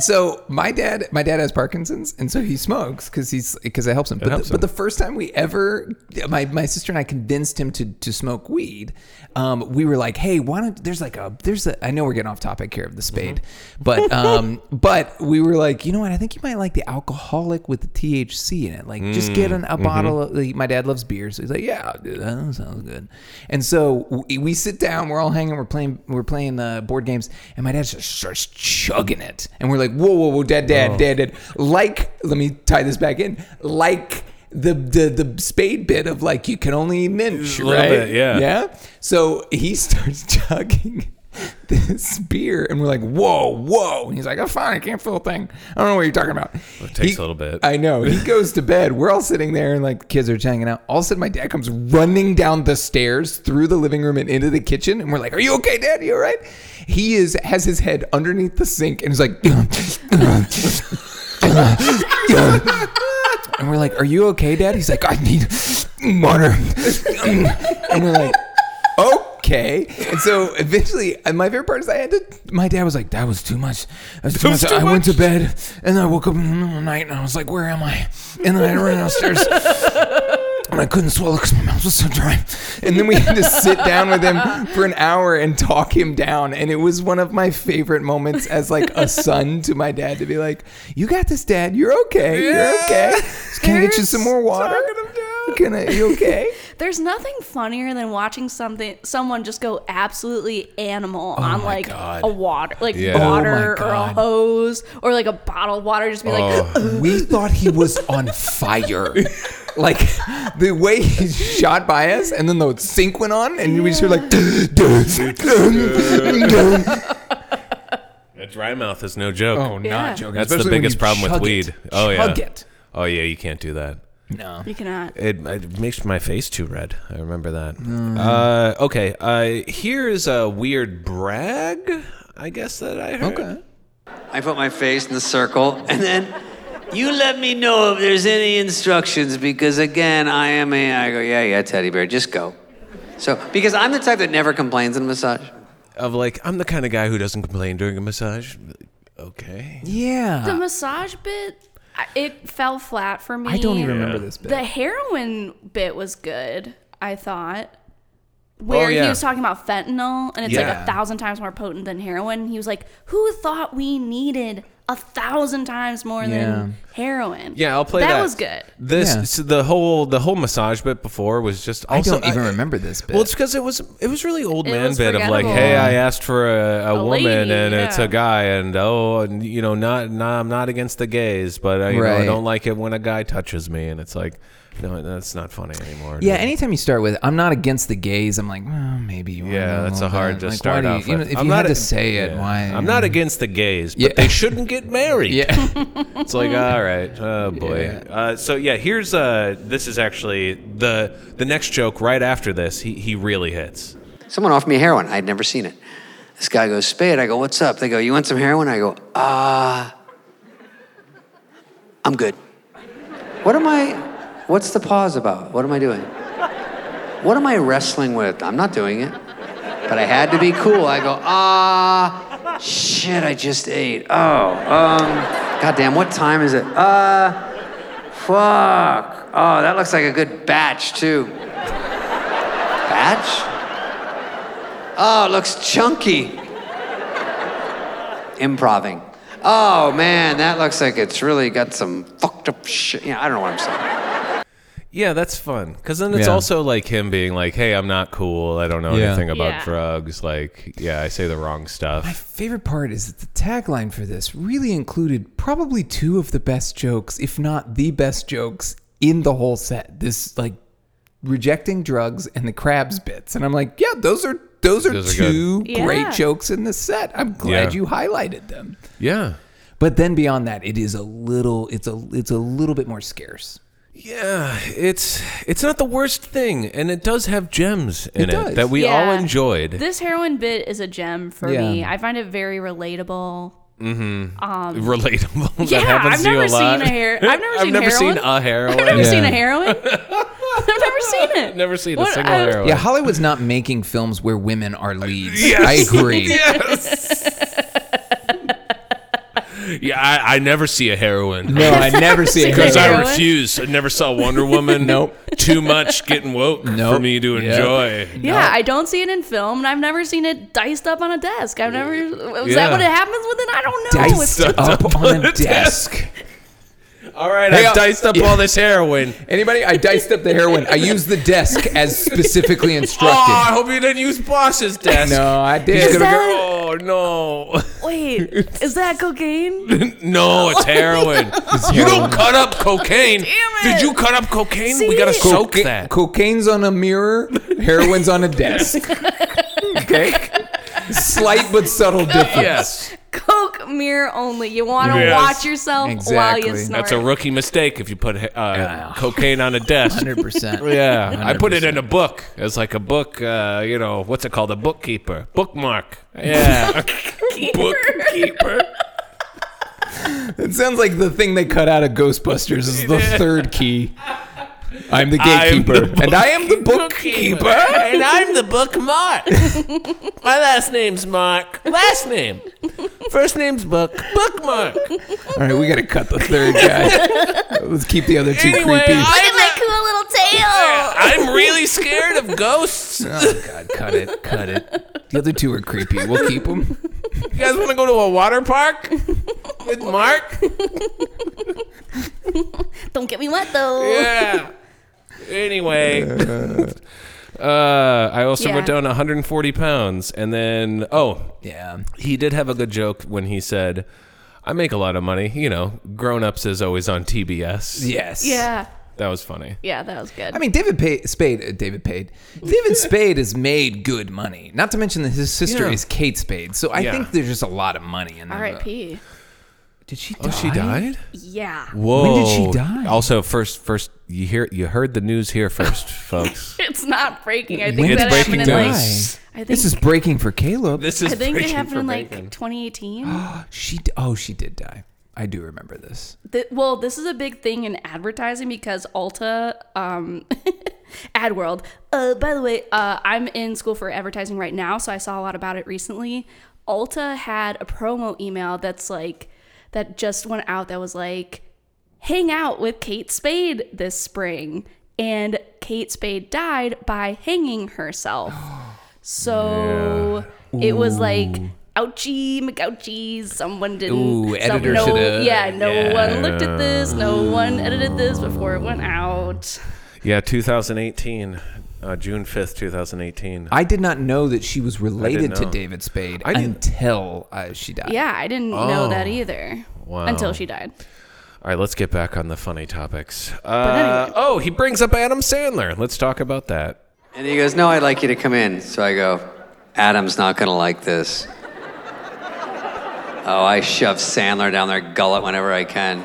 S2: so my dad my dad has Parkinson's and so he smokes because he's because it helps him. But,
S1: helps
S2: the,
S1: him.
S2: but the first time we ever my, my sister and I convinced him to to smoke weed, um, we were like, hey, why don't there's like a there's a I know we're getting off topic here of the spade, but um, but we were like, you know what, I think you might like the alcoholic with the THC in it. Like just get an, a
S1: Mm-hmm.
S2: bottle. Of, like, my dad loves beer, so he's like, yeah, I'll do that. that sounds good. And so we, we sit down, we're all hanging, we're playing, we're playing uh, board games, and my dad just starts chugging it, and we're like, whoa, whoa, whoa, dad,
S1: Oh.
S2: dad, dad, dad, like, let me tie this back in, like. The, the the spade bit of like you can only minch
S1: A little
S2: right
S1: bit, yeah.
S2: yeah so he starts chugging this beer and we're like whoa whoa and he's like I'm fine I can't feel a thing I don't know what you're talking about it
S1: takes a little bit.
S2: I know. He goes to bed. We're all sitting there and like the kids are just hanging out. All of a sudden, my dad comes running down the stairs through the living room and into the kitchen. And we're like, Are you okay, dad? you all right? He is has his head underneath the sink and is like, And we're like, Are you okay, dad? He's like, I need water. and we're like, Okay. And so eventually, and my favorite part is I had to, my dad was like, That was too much. That was too much. I went to bed and I woke up in the middle of the night and I was like, Where am I? And then I ran downstairs. And I couldn't swallow because my mouth was so dry. And then we had to sit down with him for an hour and talk him down. And it was one of my favorite moments as like a son to my dad to be like, "You got this, Dad. You're okay. You're okay. Can I get you some more water? Can I? You okay?
S3: There's nothing funnier than watching something someone just go absolutely animal on like
S1: God.
S3: a water, like
S1: Yeah. Oh my
S3: water or a
S2: God.
S3: hose or like a bottle of water. Just be like,
S2: we thought he was on fire." Like the way he shot by us, and then the sink went on, and we just were like,
S1: A dry mouth is no joke.
S2: "Oh, not
S3: Yeah.
S2: joking."
S1: That's the
S2: Especially when
S1: biggest
S2: you
S1: problem with
S2: chug
S1: weed.
S2: it.
S1: Oh yeah.
S2: Chug it.
S1: Oh yeah, you can't do that.
S2: No.
S3: you cannot.
S1: It, it makes my face too red. I remember that.
S2: Mm.
S1: Uh, okay, uh, here's a weird brag. I guess that I heard.
S2: Okay.
S4: I put my face in the circle, and then you let me know if there's any instructions because again, I am a. I go, yeah, yeah, teddy bear, just go. So because I'm the type that never complains in a massage.
S1: Of like, I'm the kind of guy who doesn't complain during a massage. Okay.
S3: The
S2: Yeah.
S3: massage bit, I- it fell flat for me.
S2: I don't even remember this bit.
S3: The heroin bit was good, I thought. Where
S1: Oh, yeah.
S3: he was talking about fentanyl, and it's like
S1: Yeah.
S3: a thousand times more potent than heroin. He was like, "Who thought we needed a thousand times more than heroin?"
S1: Yeah, I'll play that.
S3: That was good.
S1: This
S2: Yeah.
S1: so the whole the whole massage bit before was just. Also,
S2: don't even remember this bit.
S1: Well, it's because it was it was really old
S3: It
S1: man
S3: was
S1: bit of like,
S3: forgettable.
S1: hey, I asked for a, a,
S3: A
S1: woman
S3: lady,
S1: and it's
S3: yeah.
S1: a guy, and oh, and, you know, not, not I'm not against the gays, but I, you know, I
S2: Right.
S1: don't like it when a guy touches me, and it's like, no, that's not funny anymore.
S2: Yeah,
S1: dude.
S2: anytime you start with "I'm not against the gays," I'm like, well, maybe. You wanna
S1: Yeah,
S2: go
S1: that's a
S2: little
S1: hard
S2: bit."
S1: to
S2: Like, why
S1: start
S2: do you-
S1: off
S2: You know,
S1: with.
S2: if
S1: I'm
S2: you
S1: not
S2: had
S1: a-
S2: to say it,
S1: yeah.
S2: why?
S1: I'm not against the gays, but
S2: Yeah.
S1: they shouldn't get married.
S2: Yeah,
S1: It's like, all right, oh boy.
S2: Yeah.
S1: Uh, so yeah, here's uh, this is actually the the next joke right after this. He he really hits.
S4: Someone offered me heroin. I'd never seen it. This guy goes, Spade. I go, what's up? They go, you want some heroin? I go, uh, I'm good. What am I, what's the pause about? What am I doing? What am I wrestling with? I'm not doing it. But I had to be cool. I go, ah, Shit, I just ate. Oh, um, goddamn, what time is it? Uh, fuck. Oh, that looks like a good batch, too. Batch? Oh, it looks chunky. Improving. Oh, man, that looks like it's really got some fucked up shit. Yeah, I don't know what I'm saying.
S1: Yeah, that's fun. Because then it's
S5: Yeah.
S1: also like him being like, hey, I'm not cool. I don't know
S5: Yeah.
S1: anything about
S3: Yeah.
S1: drugs. Like, yeah, I say the wrong
S5: My
S1: stuff.
S5: favorite part is that the tagline for this really included probably two of the best jokes, if not the best jokes in the whole set. This like rejecting drugs and the crabs bits. And I'm like, yeah, those are those are,
S1: Those are good.
S5: two
S3: Yeah.
S5: great jokes in the set. I'm glad
S1: Yeah.
S5: you highlighted them.
S1: Yeah.
S5: But then beyond that, it is a little it's a it's a little bit more scarce.
S1: Yeah, it's it's not the worst thing, and it does have gems in it,
S5: It does.
S1: that we all
S3: Yeah.
S1: enjoyed.
S3: This heroin bit is a gem for
S5: Yeah.
S3: me. I find it very relatable.
S1: Relatable. that
S3: Yeah,
S1: happens
S3: I've
S1: to you
S3: never
S1: a lot.
S3: seen a hair- I've never seen heroin.
S1: a heroin.
S3: I've never
S5: Yeah.
S3: seen a heroin. I've never seen it.
S1: Never seen a
S3: What-
S1: single
S3: I-
S1: heroin.
S5: Yeah, Hollywood's not making films where women are leads. I agree.
S1: Yeah, I, I never see a heroin.
S5: No, I never see it.
S1: Because I
S3: Heroin?
S1: refuse. I never saw Wonder Woman.
S5: Nope.
S1: Too much getting woke for
S5: Nope.
S1: me to
S5: Yeah.
S1: enjoy.
S3: Yeah, I don't see it in film, and I've never seen it diced up on a desk. I've never. Is
S1: Yeah.
S3: that what it happens with it? I don't know.
S5: diced
S3: It's-
S5: up on a desk.
S1: All right,
S5: Hey,
S1: I've
S5: uh,
S1: diced up
S5: yeah.
S1: all this heroin.
S5: Anybody? I diced up the heroin. I used the desk as specifically
S1: Oh, I
S5: instructed.
S1: hope you didn't use boss's desk.
S5: no, I
S1: He's
S5: did.
S1: gonna go,
S3: that-
S1: oh
S3: Wait, is that cocaine?
S1: no, no! It's heroin. you don't cut up cocaine.
S3: Damn
S1: Did
S3: it.
S1: you cut up cocaine? we
S3: See?
S1: gotta
S3: Coca-
S1: soak that.
S5: Cocaine's on a mirror. Heroin's on a desk. Okay. Slight but subtle difference.
S1: yes,
S3: Coke mirror only. You want to
S1: Yes.
S3: watch yourself while
S5: Exactly.
S3: you snort.
S1: that's a rookie mistake if you put uh, cocaine on a desk.
S5: Hundred percent.
S1: Yeah, I put it in a book as like a book. Uh, you know what's it called? A bookkeeper, bookmark. Yeah, bookkeeper.
S5: It sounds like the thing they cut out of Ghostbusters is the third key. I'm the
S1: I'm the
S5: gatekeeper, and I am the bookkeeper.
S1: and I'm the book Mark. My last name's Mark. Last name. First name's Book. Bookmark.
S5: All right, we gotta cut the third guy. Let's keep the other two
S1: Anyway,
S5: creepy.
S1: I-
S3: Look at my cool little tail.
S1: I'm really scared of ghosts. You
S5: oh God, cut it, cut it. The other two are creepy. We'll keep them.
S1: guys want to go to a water park with Mark?
S3: Don't get me wet though.
S1: Yeah. Anyway. Uh, I also
S3: Yeah.
S1: wrote down 140 pounds, and then oh,
S5: Yeah.
S1: he did have a good joke when he said, "I make a lot of money." You know, grown ups is always on TBS.
S5: Yes.
S3: Yeah.
S1: That was funny.
S3: Yeah, that was good.
S5: I mean, David Pay- Spade, uh, David Paid, David Spade has made good money. Not to mention that his sister
S1: Yeah.
S5: is Kate Spade, so I
S1: Yeah.
S5: think there's just a lot of money in there.
S3: R.I.P.
S5: Did she? Die?
S1: Oh, she died.
S3: Yeah.
S1: Whoa!
S5: When did she die?
S1: Also, first, first you hear you heard the news here first, folks.
S3: It's not breaking. I think
S5: When
S1: It's
S3: that
S5: did she
S3: happened
S1: breaking
S3: in
S5: die?
S3: like. I think.
S5: this is breaking for Caleb.
S1: This
S3: I think it
S1: breaking
S3: happened
S1: for
S3: in like
S1: Bacon.
S3: 2018.
S5: She. d- Oh, she did die. I do remember this.
S3: Th- well, this is a big thing in advertising because Alta, um, AdWorld. Uh, by the way, uh, I'm in school for advertising right now, so I saw a lot about it recently. Alta had a promo email that's like that just went out that was like, "Hang out with Kate Spade this spring," and Kate Spade died by hanging herself. So it was like. Ouchie, McOuchie, someone didn't.
S5: Ooh,
S3: some-
S5: editor
S3: no-
S5: shoulda-
S3: Yeah, no
S5: yeah.
S3: one looked at this. No one edited this before it went out.
S1: Yeah, 2018, uh, June 5th, 2018.
S5: I did not know that she was related to
S1: know.
S5: David Spade
S1: I didn't-
S5: until uh, she died.
S3: Yeah, I didn't know that either.
S1: Wow.
S3: Until she died.
S1: All right, let's get back on the funny topics. Uh, Oh, he brings up Adam Sandler. Let's talk about that.
S4: And he goes, No, I'd like you to come in. So I go, Adam's not going to like this. oh, I shove Sandler down their gullet whenever I can,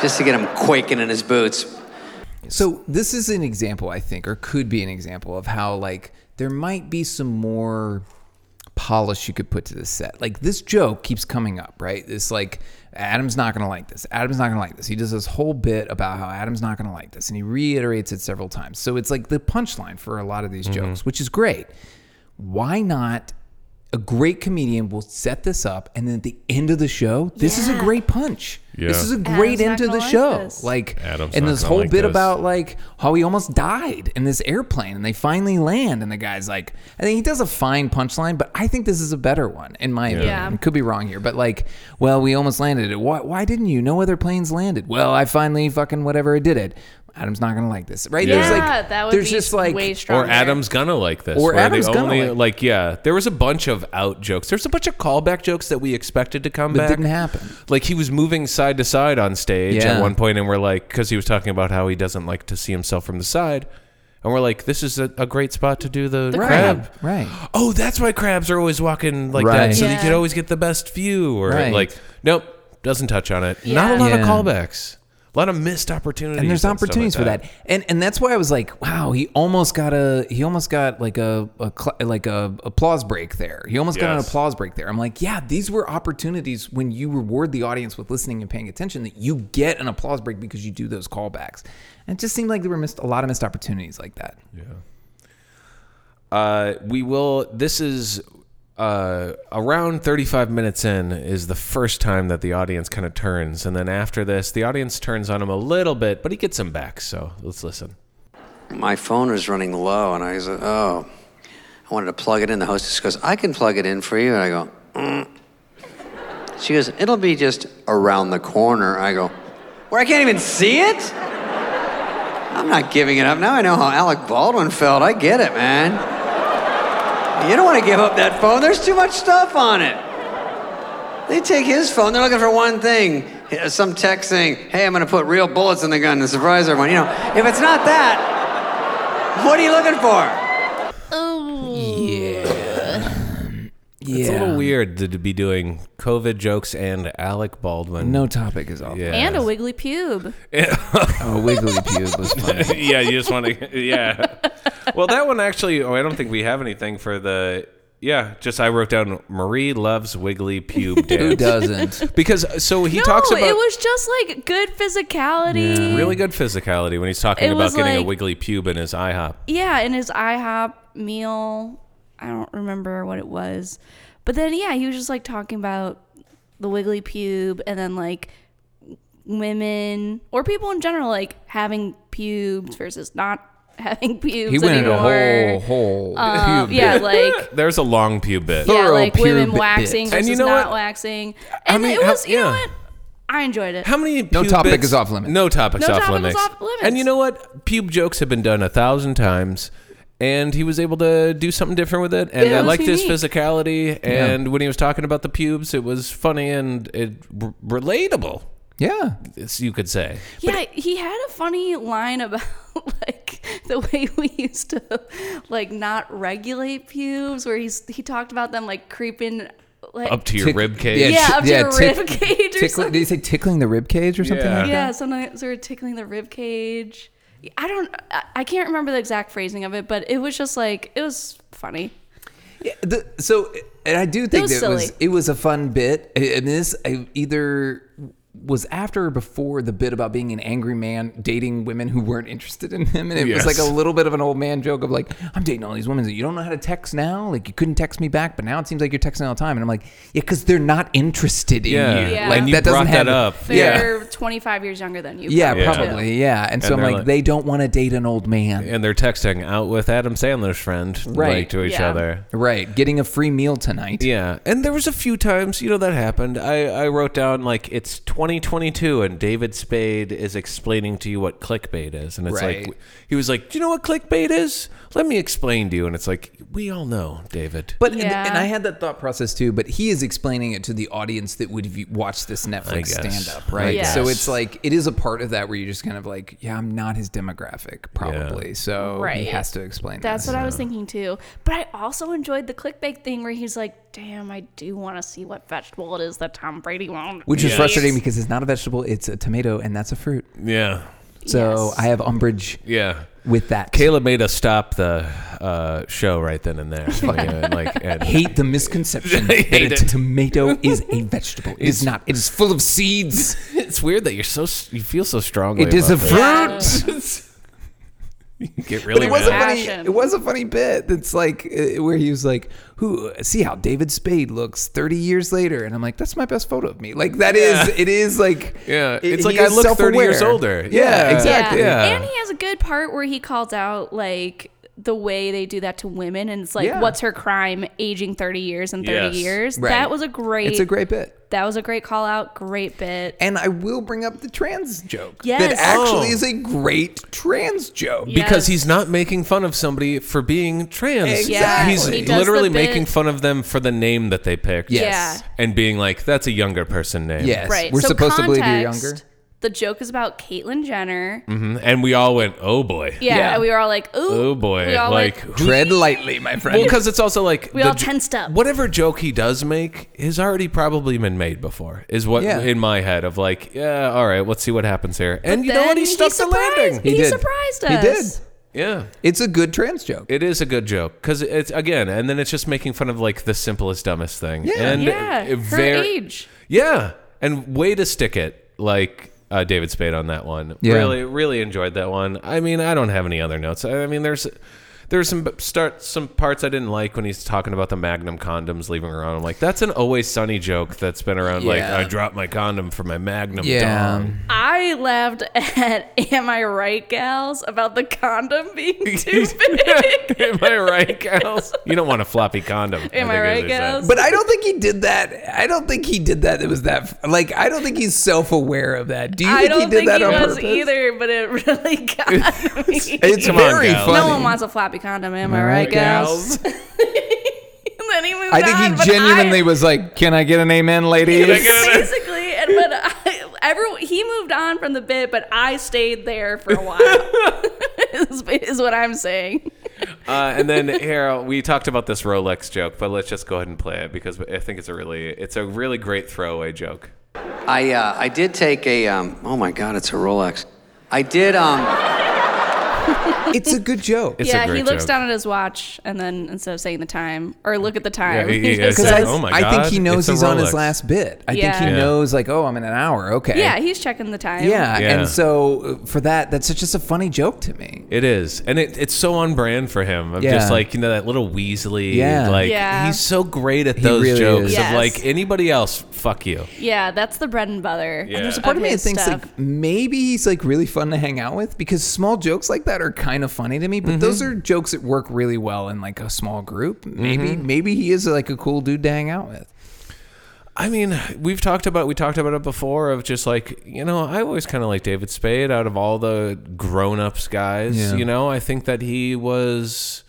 S4: just to get him quaking in his boots.
S5: So this is an example, I think, or could be an example of how like there might be some more polish you could put to this set. Like this joke keeps coming up, right? This like Adam's not gonna like this. Adam's not gonna like this. He does this whole bit about how Adam's not gonna like this, and he reiterates it several
S1: Mm-hmm.
S5: times. So it's like the punchline for a lot of these jokes, which is great. Why not a great comedian will set this up, and then at the end of the show, this is a
S3: Yeah.
S5: great punch. This
S1: Yeah.
S5: is a great
S3: Adam's not
S5: end to the
S3: gonna like
S5: show.
S3: this.
S5: Like,
S1: Adam's
S5: and
S1: not
S5: this
S1: gonna
S5: whole
S1: like
S5: bit
S1: this.
S5: about like how he almost died in this airplane, and they finally land, and the guy's like, I think he does a fine punchline, but I think this is a better one in my opinion.
S3: Yeah.
S5: Could be wrong here, but like, well, we almost landed it. Why? Why didn't you? No other planes landed. Well, I finally fucking whatever I did it. Adam's not gonna like this, right?
S3: Yeah,
S5: There's like,
S3: that would
S5: there's
S3: be
S5: just like
S3: way
S1: Or
S3: stronger.
S1: Adam's gonna like this.
S5: Or
S1: where
S5: Adam's
S1: they
S5: gonna
S1: only,
S5: like-
S1: yeah. There was a bunch of out jokes. There's a bunch of callback jokes that we expected to come
S5: But
S1: back.
S5: didn't happen.
S1: Like he was moving side to side on stage
S5: Yeah.
S1: at one point, and we're like, because he was talking about how he doesn't like to see himself from the side, and we're like, this is a, a great spot to do the, crab.
S5: crab, right.
S1: Oh, that's why crabs are always walking like
S5: Right.
S1: that, so you
S3: Yeah.
S1: could always get the best view. Or
S5: Right.
S1: like, nope, doesn't touch on it. Not a
S3: Yeah.
S1: lot
S5: Yeah.
S1: of callbacks. A lot of missed opportunities.
S5: and there's
S1: stuff like
S5: opportunities for that and and that's why i was like wow he almost got a he almost got like a, a cl- like a applause break there he almost got an
S1: Yes.
S5: applause break there i'm like yeah these were opportunities when you reward the audience with listening and paying attention that you get an applause break because you do those callbacks and it just seemed like there were missed a lot of missed opportunities like that
S1: Uh, we will. This is uh, around 35 minutes in is the first time that the audience kind of turns, and then after this, the audience turns on him a little bit, but he gets him back. So let's listen.
S4: my phone was running low, and I said, "Oh, I wanted to plug it in." The hostess goes, "I can plug it in for you," and I go, mm. "She goes, it'll be just around the corner." I go, "Where I can't even see it." I'm not giving it up. Now I know how Alec Baldwin felt. I get it, man. You don't want to give up that phone. There's too much stuff on it. They take his phone. They're looking for one thing. Some text saying, "Hey, I'm going to put real bullets in the gun to surprise everyone." You know, if it's not that, what are you looking for?
S5: yeah
S1: It's a little weird to be doing COVID jokes and Alec Baldwin.
S5: no topic is off
S1: Yeah.
S3: and a wiggly pube.
S5: oh wiggly pube was funny
S1: yeah, you just want to. Yeah. Well, that one actually. Oh, I don't think we have anything for the. Yeah, just I wrote down Marie loves wiggly pube dance.
S5: who doesn't
S1: Because uh, so he
S3: no,
S1: talks about
S3: it was just like good physicality.
S1: really good physicality when he's talking
S3: It
S1: about
S3: was
S1: getting a
S3: like-
S1: wiggly pube in his IHOP.
S3: Yeah, and his IHOP meal. I don't remember what it was. But then, yeah, he was just like talking about the wiggly pube and then like women or people in general like having pubes versus not having pubes.
S5: he went into
S3: anymore.
S5: a whole whole
S3: Um,
S5: pube
S3: yeah,
S5: bit.
S3: like.
S1: There's a long pube bit.
S3: Yeah,
S5: Thorough
S3: like women
S5: pube bit.
S3: waxing
S5: And
S3: versus
S1: you know
S3: not
S1: what?
S3: waxing,
S1: I
S3: and
S1: mean,
S3: it
S1: how-
S3: was you know
S1: yeah.
S3: what I enjoyed it.
S1: How many
S5: No
S1: pube
S5: topic
S1: bits-
S5: is off limits.
S1: No topic's
S3: No
S1: off
S3: topic is
S1: limits.
S3: off limits.
S1: And you know what? Pube jokes have been done a thousand times. And he was able to do something different with it, and
S3: Yeah,
S1: I
S3: it was
S1: liked his
S3: unique.
S1: physicality. And when he was talking about the pubes, it was funny and it r- relatable,
S5: yeah
S1: as you could say.
S3: Yeah, he had a funny line about like the way we used to like not regulate pubes, where he's he talked about them like creeping like
S1: Up to your
S5: Tick-
S1: rib cage.
S3: Yeah, up to your
S5: tick-
S3: rib cage or
S5: tickling- Did he say tickling the rib cage or something?
S1: Yeah.
S5: like that?
S3: yeah, sometimes we were tickling the rib cage. I don't, I- I can't remember the exact phrasing of it, but it was just like it was funny.
S5: the, so and I do think
S3: was
S5: that it was
S3: silly.
S5: it was a fun bit. I- And this I either was after or before the bit about being an angry man dating women who weren't interested in him, and it was
S1: Yes.
S5: like a little bit of an old man joke of like, I'm dating all these women that you don't know how to text now. Like you couldn't text me back, but now it seems like you're texting all the time. And I'm like, yeah, because they're not interested in
S1: Yeah.
S5: you.
S3: Yeah.
S5: Like
S3: And
S1: you
S5: that doesn't
S1: brought that
S5: happen.
S1: up.
S3: They're 25 years younger than you.
S5: Yeah,
S3: probably.
S5: probably. Yeah, and, so I'm
S1: they're
S5: like,
S1: like-
S5: they don't want to date an old man.
S1: And they're texting out with Adam Sandler's friend,
S5: Right.
S1: like to each
S3: Yeah.
S1: other.
S5: Right, getting a free meal tonight.
S1: Yeah, and there was a few times, you know, that happened. I, I wrote down like it's 2022, and David Spade is explaining to you what clickbait is, and it's
S5: Right.
S1: like he was like, "Do you know what clickbait is? Let me explain to you." And it's like we all know, David.
S5: But
S3: Yeah.
S5: and I had that thought process too. But he is explaining it to the audience that would view- watch this Netflix
S1: guess.
S5: stand up,
S1: I
S5: right?
S3: guess.
S5: So it's like it is a part of that where you're just kind of like, yeah, I'm not his demographic, probably. So he
S3: Right.
S5: has to explain.
S3: That's
S5: this.
S3: what I was thinking too. But I also enjoyed the clickbait thing where he's like, "Damn, I do want to see what vegetable it is that Tom Brady won't."
S5: Which is
S3: eat."
S5: frustrating because it's not a vegetable; it's a tomato, and that's a fruit.
S1: yeah,
S5: So
S3: Yes.
S5: I have umbrage
S1: yeah.
S5: with that.
S1: Caleb made us stop the uh, show right then and there. Yeah, like, and-
S5: Hate the misconception that
S1: Hate
S5: a
S1: it.
S5: tomato is a vegetable. It is not. It is full of seeds.
S1: it's weird that you're so you feel so strongly.
S5: It is a
S1: about
S5: fruit.
S1: this. Get really
S5: it was a
S1: mad.
S5: funny.
S3: Passion.
S5: It was a funny bit. That's like uh, where he was like, "Who? See how David Spade looks thirty years later?" And I'm like, "That's my best photo of me." Like that is. It is like.
S1: Yeah,
S5: it-
S1: it's
S5: he
S1: like I
S5: is
S1: look 30 years
S5: self-aware.
S1: older.
S5: Yeah,
S1: Yeah.
S5: exactly.
S1: Yeah.
S3: And he has a good part where he calls out like the way they do that to women and it's like
S5: Yeah.
S3: what's her crime aging 30 years and 30
S1: Yes.
S3: years.
S5: Right.
S3: That was a great
S5: It's a great bit.
S3: That was a great call out, great bit.
S5: And I will bring up the trans joke. That
S3: Yes.
S5: actually
S1: Oh.
S5: is a great trans joke.
S3: Yeah.
S1: because
S3: Yes.
S1: he's not making fun of somebody for being trans.
S5: Exactly.
S1: He's
S5: He does
S3: the
S1: literally
S3: bit-
S1: making fun of them for the name that they picked.
S5: Yes.
S1: And being like, that's a younger person name.
S5: Yes.
S3: Right.
S5: We're
S3: so
S5: supposed to believe you're
S3: context,
S5: younger. Mm-hmm.
S3: The joke is about Caitlyn Jenner.
S1: Mhm. And we all went, oh boy.
S3: Yeah,
S5: Yeah.
S3: and we were all like, "Ooh,
S1: Oh boy.
S3: We all
S1: like,
S3: like,
S1: who
S5: Tread lightly, my friend.
S1: Well, because it's also like
S3: We all
S1: j-
S3: tensed up.
S1: Whatever joke he does make has already probably been made before. Is what
S5: Yeah.
S1: in my head of like, yeah, all right, let's see what happens here. And you know
S3: then
S1: what? He stuck the
S3: surprised-
S1: landing.
S3: He,
S5: He did.
S3: surprised
S5: He
S3: us.
S5: did.
S1: yeah,
S5: it's a good trans joke.
S1: it is a good joke because it's again, and then it's just making fun of like the simplest, dumbest thing. Yeah, and
S3: Yeah,
S1: it- it
S3: her age.
S1: Yeah, and way to stick it, like uh, David Spade on that one.
S5: Yeah.
S1: Really, really enjoyed that one. I mean, I don't have any other notes. I I mean, there's there's some b- start some parts I didn't like when he's talking about the Magnum condoms leaving around. I'm like, that's an always sunny joke that's been around. Like,
S5: Yeah.
S1: I dropped my condom for my Magnum.
S5: Yeah.
S1: dong.
S3: I laughed at "Am I Right, gals?" about the condom being too big.
S1: Am I right, gals? You don't want a floppy condom.
S3: Am I
S1: think is
S3: right,
S1: what they said.
S3: gals?
S5: But I don't think he did that. I don't think he did that. It was that. Like, I don't think he's self aware of that. Do you think
S3: I
S5: he
S3: don't
S5: did
S3: think
S5: that
S3: he
S5: on
S3: was
S5: purpose?
S3: either, but it really got me.
S5: It's
S1: Come on,
S5: very
S1: guys.
S5: funny.
S3: no one wants a floppy condom, am I right, gals? And then he moved
S5: I think
S3: on,
S5: he
S3: but
S5: genuinely
S3: I-
S5: was like, "Can I get an amen, ladies?"
S3: basically, and but I, everyone, he moved on from the bit, but I stayed there for a while. is, is what I'm saying.
S1: Uh, and then here we talked about this Rolex joke, but let's just go ahead and play it because I think it's a really it's a really great throwaway joke.
S4: I uh, I did take a um, oh my god, it's a Rolex. I did um
S5: it's a good joke.
S1: It's
S3: yeah,
S1: a great
S3: he looks
S1: joke.
S3: down at his watch, and then instead of saying the time or look at the time,
S1: Yeah, he- he
S3: just
S1: is.
S5: Because
S3: says-
S5: I,
S1: Oh my
S5: I think
S1: God,
S5: he knows
S1: it's a
S5: he's on his
S1: Rolex.
S5: last bit. I think he
S3: Yeah. Yeah.
S5: knows, like, "Oh, I'm in an hour." Okay.
S3: yeah, he's checking the time.
S5: Yeah,
S1: Yeah.
S5: and so uh, for that, that's just a funny joke to me.
S1: It is, and it, it's so on brand for him. I'm just
S5: Yeah.
S1: like you know that little Weasley.
S5: Yeah.
S1: like
S3: Yeah.
S1: he's so great at those
S5: really
S1: jokes
S5: is.
S1: of
S3: Yes.
S1: like anybody else, fuck you.
S3: yeah, that's the bread and butter.
S1: Yeah. there's a
S5: Part of me
S3: his
S5: thinks
S3: stuff.
S5: like maybe he's like really fun to hang out with because small jokes like that are kind of funny to me. But those
S1: Mm-hmm.
S5: are jokes that work really well in like a small group. Maybe
S1: Mm-hmm.
S5: maybe he is like a cool dude to hang out with.
S1: I mean, we've talked about we talked about it before of just like you know I always kind of like David Spade out of all the grown ups guys.
S5: Yeah.
S1: You know, I think that he was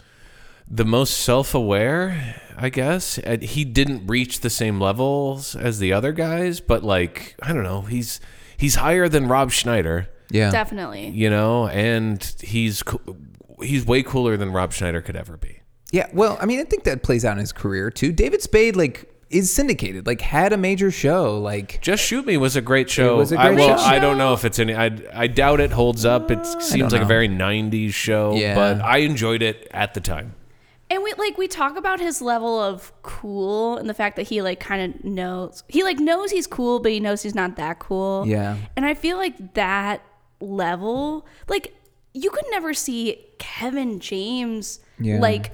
S1: the most self aware. I guess And he didn't reach the same levels as the other guys, but like I don't know, he's he's higher than Rob Schneider.
S5: Yeah,
S3: definitely.
S1: you know, and he's co- he's way cooler than Rob Schneider could ever be.
S5: Yeah, well, I mean, I think that plays out in his career too. David Spade like is syndicated, like had a major show, like
S1: Just Shoot Me was a great show.
S5: was a
S1: I,
S5: great
S1: well,
S5: show.
S1: I don't know if it's any. I I doubt it holds up. It seems like a
S5: know.
S1: very '90s show,
S5: Yeah.
S1: but I enjoyed it at the time.
S3: And we like we talk about his level of cool and the fact that he like kind of knows he like knows he's cool, but he knows he's not that cool.
S5: Yeah.
S3: And I feel like that level, like you could never see Kevin James
S5: Yeah.
S3: like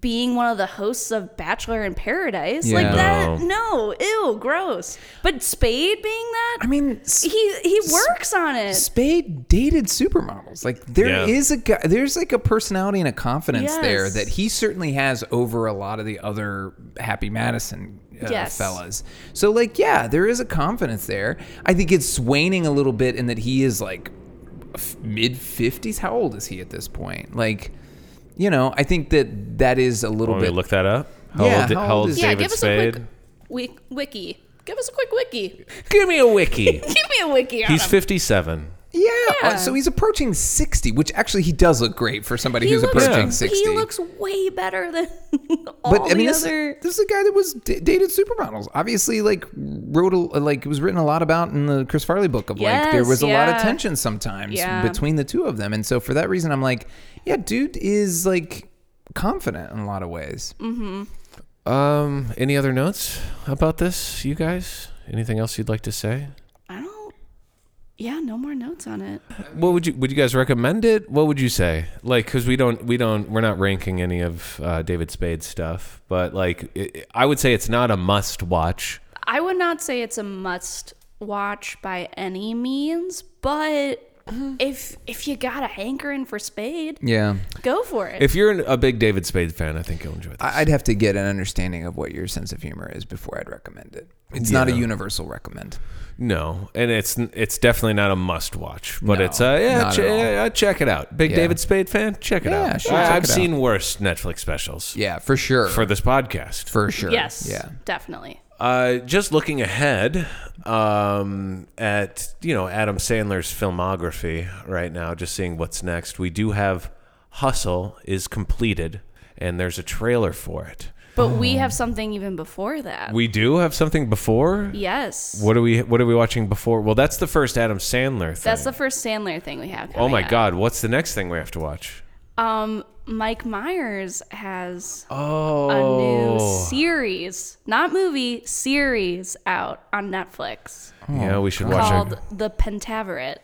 S3: being one of the hosts of Bachelor in Paradise.
S5: Yeah.
S3: Like that no, ew, gross. But Spade being that
S5: I mean, S-
S3: he he works on it.
S5: Spade dated supermodels. Like there
S1: Yeah.
S5: is a guy, there's like a personality and a confidence
S3: Yes.
S5: there that he certainly has over a lot of the other Happy Madison uh,
S3: Yes.
S5: fellas. So like, yeah, there is a confidence there. I think it's waning a little bit in that he is like f- mid fifties. How old is he at this point? Like, you know, I think that that is a little
S1: Want me
S5: bit
S1: to look that up? How
S5: Yeah,
S1: old,
S5: how
S1: how
S5: old
S1: old
S5: is
S1: is
S3: yeah,
S1: David
S3: give us
S1: Spade?
S3: a quick wik- wiki. Give us a quick wiki.
S1: Give me a wiki.
S3: Give me a wiki on
S1: He's
S3: him.
S1: 57.
S5: Yeah.
S3: Yeah.
S5: Uh, So he's approaching 60, which actually he does look great for somebody who's approaching
S1: Yeah.
S5: 60.
S3: He looks way better than all
S5: but I mean,
S3: the
S5: this,
S3: other.
S5: this is a guy that was d- dated supermodels. Obviously, like wrote a, like it was written a lot about in the Chris Farley book of like there
S3: Yes,
S5: was a lot of
S3: yeah.
S5: tension sometimes
S3: Yeah.
S5: between the two of them, and so for that reason, I'm like, yeah, dude is like confident in a lot of ways.
S1: Um, any other notes about this, you guys? Anything else you'd like to say?
S3: I don't. yeah, no more notes on it.
S1: What would you would you guys recommend it? What would you say? Like, because we don't we don't we're not ranking any of uh, David Spade's stuff, but like it, I would say it's not a must watch.
S3: I would not say it's a must watch by any means, but if if you got a hankering for Spade,
S2: Yeah.
S3: go for it.
S1: If you're an, a big David Spade fan, I think you'll enjoy this.
S2: I- I'd have to get an understanding of what your sense of humor is before I'd recommend it. It's not a universal recommend.
S1: no, and it's it's definitely not a must watch, but
S2: No,
S1: it's uh yeah,
S2: not
S1: ch-
S2: at all.
S1: yeah, check it out. Big
S2: Yeah.
S1: David Spade fan, check it
S2: Yeah,
S1: out.
S2: sure,
S1: I,
S2: check
S1: I've
S2: it out.
S1: seen worse Netflix specials
S2: Yeah, for sure.
S1: for this podcast.
S2: for sure.
S3: yes,
S2: Yeah.
S3: definitely.
S1: Uh, just looking ahead um, at you know Adam Sandler's filmography right now, just seeing what's next. We do have Hustle is completed, and there's a trailer for it.
S3: But we have something even before that.
S1: We do have something before.
S3: yes.
S1: What are we What are we watching before? Well, that's the first Adam Sandler thing.
S3: That's the first Sandler thing we have.
S1: oh my
S3: coming up.
S1: God! What's the next thing we have to watch?
S3: Um, Mike Myers has
S1: Oh,
S3: a new series, not movie, series out on Netflix
S1: yeah, we should watch
S3: called
S1: it.
S3: The Pentaveret.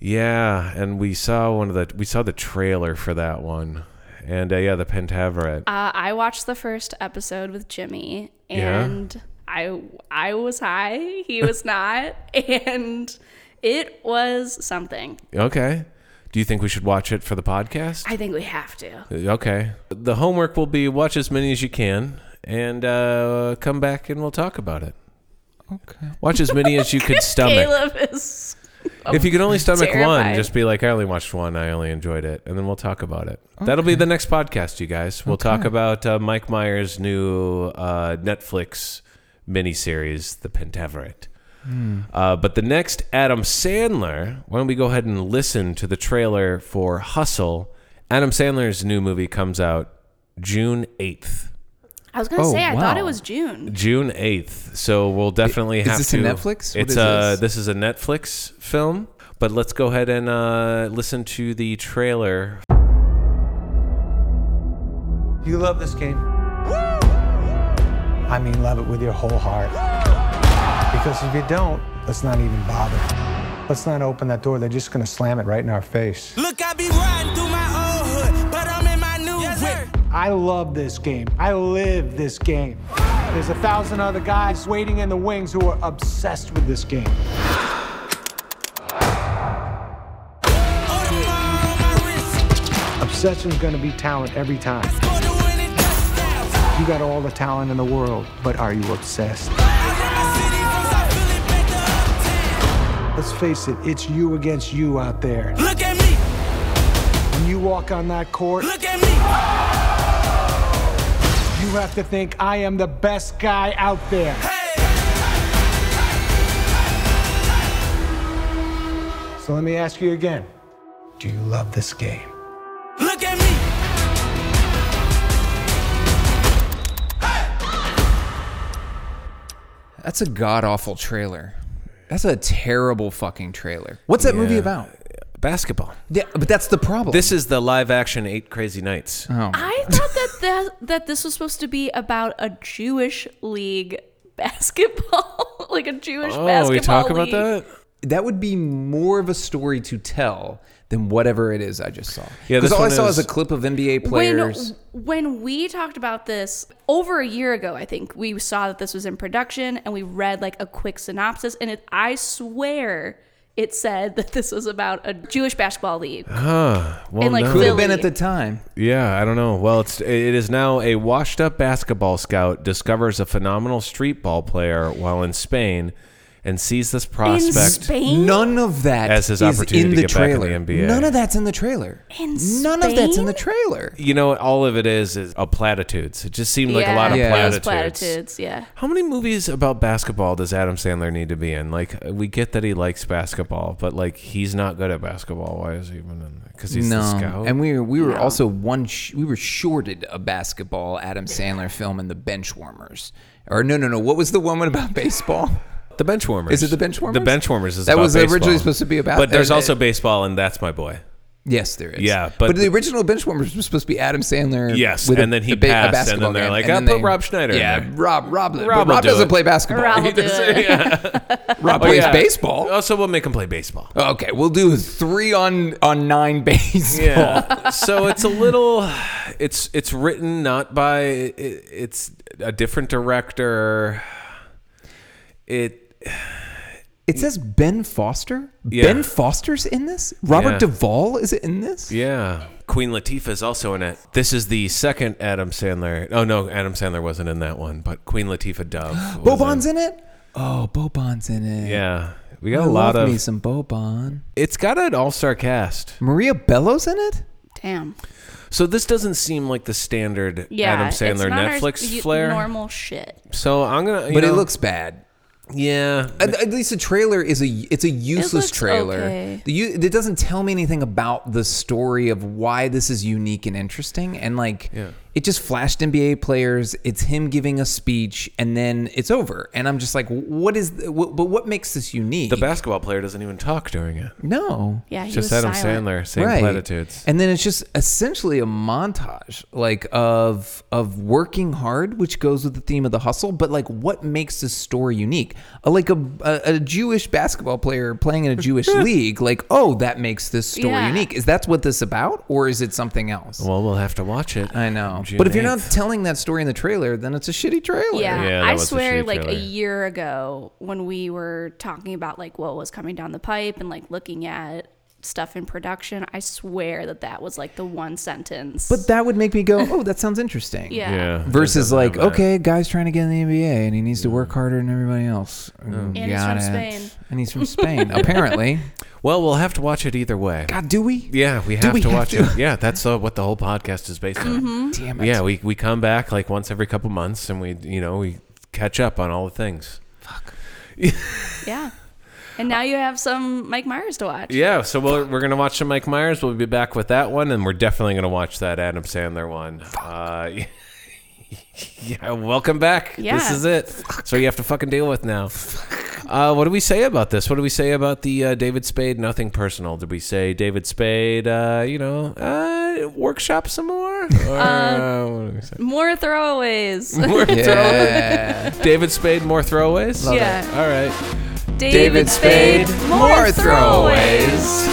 S1: Yeah, and we saw one of the we saw the trailer for that one, and uh, yeah, the Pentaveret.
S3: Uh, I watched the first episode with Jimmy,
S1: Yeah.
S3: and I I was high, he was not, and it was something.
S1: Okay. Do you think we should watch it for the podcast? Uh,
S3: I think we have to.
S1: okay. The homework will be watch as many as you can and uh, come back and we'll talk about it.
S2: Okay.
S1: Watch as many as you could stomach.
S3: Caleb is
S1: If you could only stomach one,
S3: terrified.
S1: just be like, I only watched one. I only enjoyed it. And then we'll talk about it. That'll be the next podcast, you guys. We'll talk about uh, Mike Myers' new uh, Netflix miniseries, The Pentaveret. Uh, but the next Adam Sandler, why don't we go ahead and listen to the trailer for Hustle? Adam Sandler's new movie comes out June 8th.
S3: I was gonna
S2: Oh,
S3: say I thought
S2: wow.
S3: it was June.
S1: June 8th. So we'll definitely
S2: Is
S1: have
S2: this
S1: to.
S2: a Netflix? What
S1: It's
S2: is
S1: a,
S2: this?
S1: this? is a Netflix film. But let's go ahead and uh, listen to the trailer.
S6: You love this game. I mean, love it with your whole heart. Because if you don't, let's not even bother. Let's not open that door. They're just going to slam it right in our face.
S7: Look, I be riding through my old hood, but I'm in my new whip.
S6: I love this game. I live this game. There's a thousand other guys waiting in the wings who are obsessed with this game.
S7: Oh, the mile on my wrist.
S6: Obsession's going to be talent every time.
S7: Scored the winning touchdowns.
S6: You got all the talent in the world, but are you obsessed?
S7: I run my city from South Philly back to uptown.
S6: Let's face it, it's you against you out there.
S7: Look at me,
S6: When you walk on that court,
S7: look at me.
S6: you have to think, I am the best guy out there.
S7: Hey,
S6: So let me ask you again Do you love this game?
S7: look at me.
S2: That's a god awful trailer. That's a terrible fucking trailer. What's that movie
S1: Yeah.
S2: about?
S1: Basketball.
S2: Yeah, but that's the problem.
S1: This is the live action Eight Crazy Nights.
S2: Oh.
S3: I thought that that that this was supposed to be about a Jewish league basketball, like a Jewish
S1: oh,
S3: basketball.
S1: we talk about
S3: league.
S1: that?
S2: that would be more of a story to tell than whatever it is I just saw.
S1: Yeah,
S2: because
S1: this
S2: all I
S1: one
S2: saw
S1: is-
S2: is a clip of NBA
S3: When,
S2: players.
S3: when we talked about this over a year ago, I think we saw that this was in production and we read like a quick synopsis. And it, I swear it said that this was about a Jewish basketball league.
S1: Well,
S3: And, like,
S1: no.
S2: Could
S3: Phil-
S2: have been at
S3: Philly.
S2: the time.
S1: Yeah, I don't know. Well, it's it is now a washed-up basketball scout discovers a phenomenal street ball player while in Spain, and sees this
S3: in
S1: prospect.
S3: Spain?
S2: None of that
S1: As his
S2: is
S1: opportunity
S2: in
S1: to
S2: the
S1: get back in
S2: trailer.
S1: the NBA.
S2: None of that's in the trailer.
S3: In
S2: None of that's in the
S3: Spain?
S2: trailer.
S1: You know, all of it is is a platitudes. It just seemed like a lot of
S3: Yeah,
S2: Yeah.
S3: those
S1: platitudes.
S3: platitudes, yeah.
S1: How many movies about basketball does Adam Sandler need to be in? Like, we get that he likes basketball, but like he's not good at basketball. Why is he even in? Because he's the
S5: Um,
S2: No,
S1: scout.
S2: and we were, we were also one sh- we were shorted a basketball Adam Sandler film in the Benchwarmers. Or no, no, no. What was the one about baseball?
S1: the Benchwarmers.
S2: Is it The Benchwarmers?
S1: The Benchwarmers is
S2: That
S1: about
S2: was originally
S1: baseball.
S2: supposed to be about-
S1: But there's
S2: and-
S1: also baseball, and that's my boy.
S5: Yes, there is.
S1: Yeah,
S5: but,
S1: but-
S5: the original benchwarmers was supposed to be Adam Sandler.
S1: Yes,
S5: with a-
S1: and then he
S5: a ba- a
S1: passed, and
S5: basketball
S1: then they're
S5: game,
S1: like,
S5: and
S1: "Ah,
S5: then
S1: put Rob Schneider in
S5: Yeah,
S1: there."
S5: Rob, Rob, but
S1: Rob
S5: Rob,
S1: will do
S5: doesn't
S1: it.
S5: play basketball.
S3: Rob will do it.
S5: Rob
S1: Oh,
S5: plays
S1: yeah.
S5: baseball.
S1: Oh, so we'll make him play baseball.
S5: Okay, we'll do three on on nine baseball.
S1: Yeah. so it's a little it's it's written not by it, it's a different director. It
S5: It says Ben Foster.
S1: Yeah.
S5: Ben Foster's in this. Robert
S1: Yeah.
S5: Duvall is in this.
S1: yeah. Queen Latifah is also in it. This is the second Adam Sandler. Oh no, Adam Sandler wasn't in that one, but Queen Latifah Dove. was
S5: Bobon's in it. Oh, Bobon's in it.
S1: Yeah. We
S5: I
S1: got a
S5: love
S1: lot of
S5: me some Bobon.
S1: It's got an all-star cast.
S5: Maria Bellows in it.
S3: Damn.
S1: So this doesn't seem like the standard
S3: Yeah.
S1: Adam
S3: it's
S1: Sandler
S3: not our
S1: Netflix
S3: u-
S1: flair.
S3: Normal shit.
S1: So I'm going to
S5: But it looks bad.
S1: yeah.
S5: At, at least the trailer is a it's a useless
S3: looks
S5: trailer.
S3: okay.
S5: The u- it doesn't tell me anything about the story of why this is unique and interesting. And like, it just flashed NBA players. It's him giving a speech, and then it's over. And I'm just like, what is? What, but what makes this unique?
S1: The basketball player doesn't even talk during it.
S5: no.
S3: Yeah. He
S1: Just
S3: was
S1: Adam
S3: silent.
S1: Sandler saying platitudes.
S5: And then it's just essentially a montage like of of working hard, which goes with the theme of the hustle, but like what makes this story unique? Uh, like a, a a Jewish basketball player playing in a Jewish league, like oh, that makes this story
S3: Yeah.
S5: unique. Is that what this about or is it something else?
S1: Well, we'll have to watch it.
S5: I know.
S1: June
S5: but if you're not
S1: 8th.
S5: telling that story in the trailer, then it's a shitty trailer.
S3: Yeah,
S1: Yeah, that
S3: I
S1: was a
S3: swear,
S1: shitty
S3: like a
S1: trailer.
S3: year ago, when we were talking about like what was coming down the pipe and like looking at stuff in production, I swear that that was like the one sentence.
S5: But that would make me go, "Oh, that sounds interesting."
S3: yeah,
S1: yeah,
S5: Versus
S1: it
S5: like,
S1: doesn't have that.
S5: okay, guy's trying to get in the NBA and he needs to work harder than everybody else. And
S3: he's from Spain.
S5: And he's from Spain, apparently.
S1: Well, we'll have to watch it either way.
S5: God, do we?
S1: Yeah, we have
S5: we
S1: to
S5: have
S1: watch
S5: to? Mm-hmm.
S1: it. Yeah, that's uh, what the whole podcast is based on.
S5: Damn it.
S1: Yeah, we we come back like once every couple months, and we you know we catch up on all the things.
S3: yeah. And now you have some Mike Myers to watch.
S1: Yeah, so we'll, we're going to watch some Mike Myers. We'll be back with that one, and we're definitely going to watch that Adam Sandler one. Uh, yeah, welcome back. This
S3: Yeah.
S1: is it. So you have to fucking deal with now. Uh, what do we say about this? What do we say about the uh, David Spade nothing personal? Did we say David Spade, uh, you know, uh, workshop some more? Or, uh, what do we say?
S3: More throwaways.
S1: More
S5: Yeah.
S1: throw- David Spade, more throwaways?
S3: Yeah. it.
S1: All right.
S3: David Spade. More throwaways.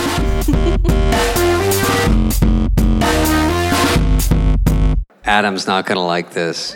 S4: Adam's not going to like this.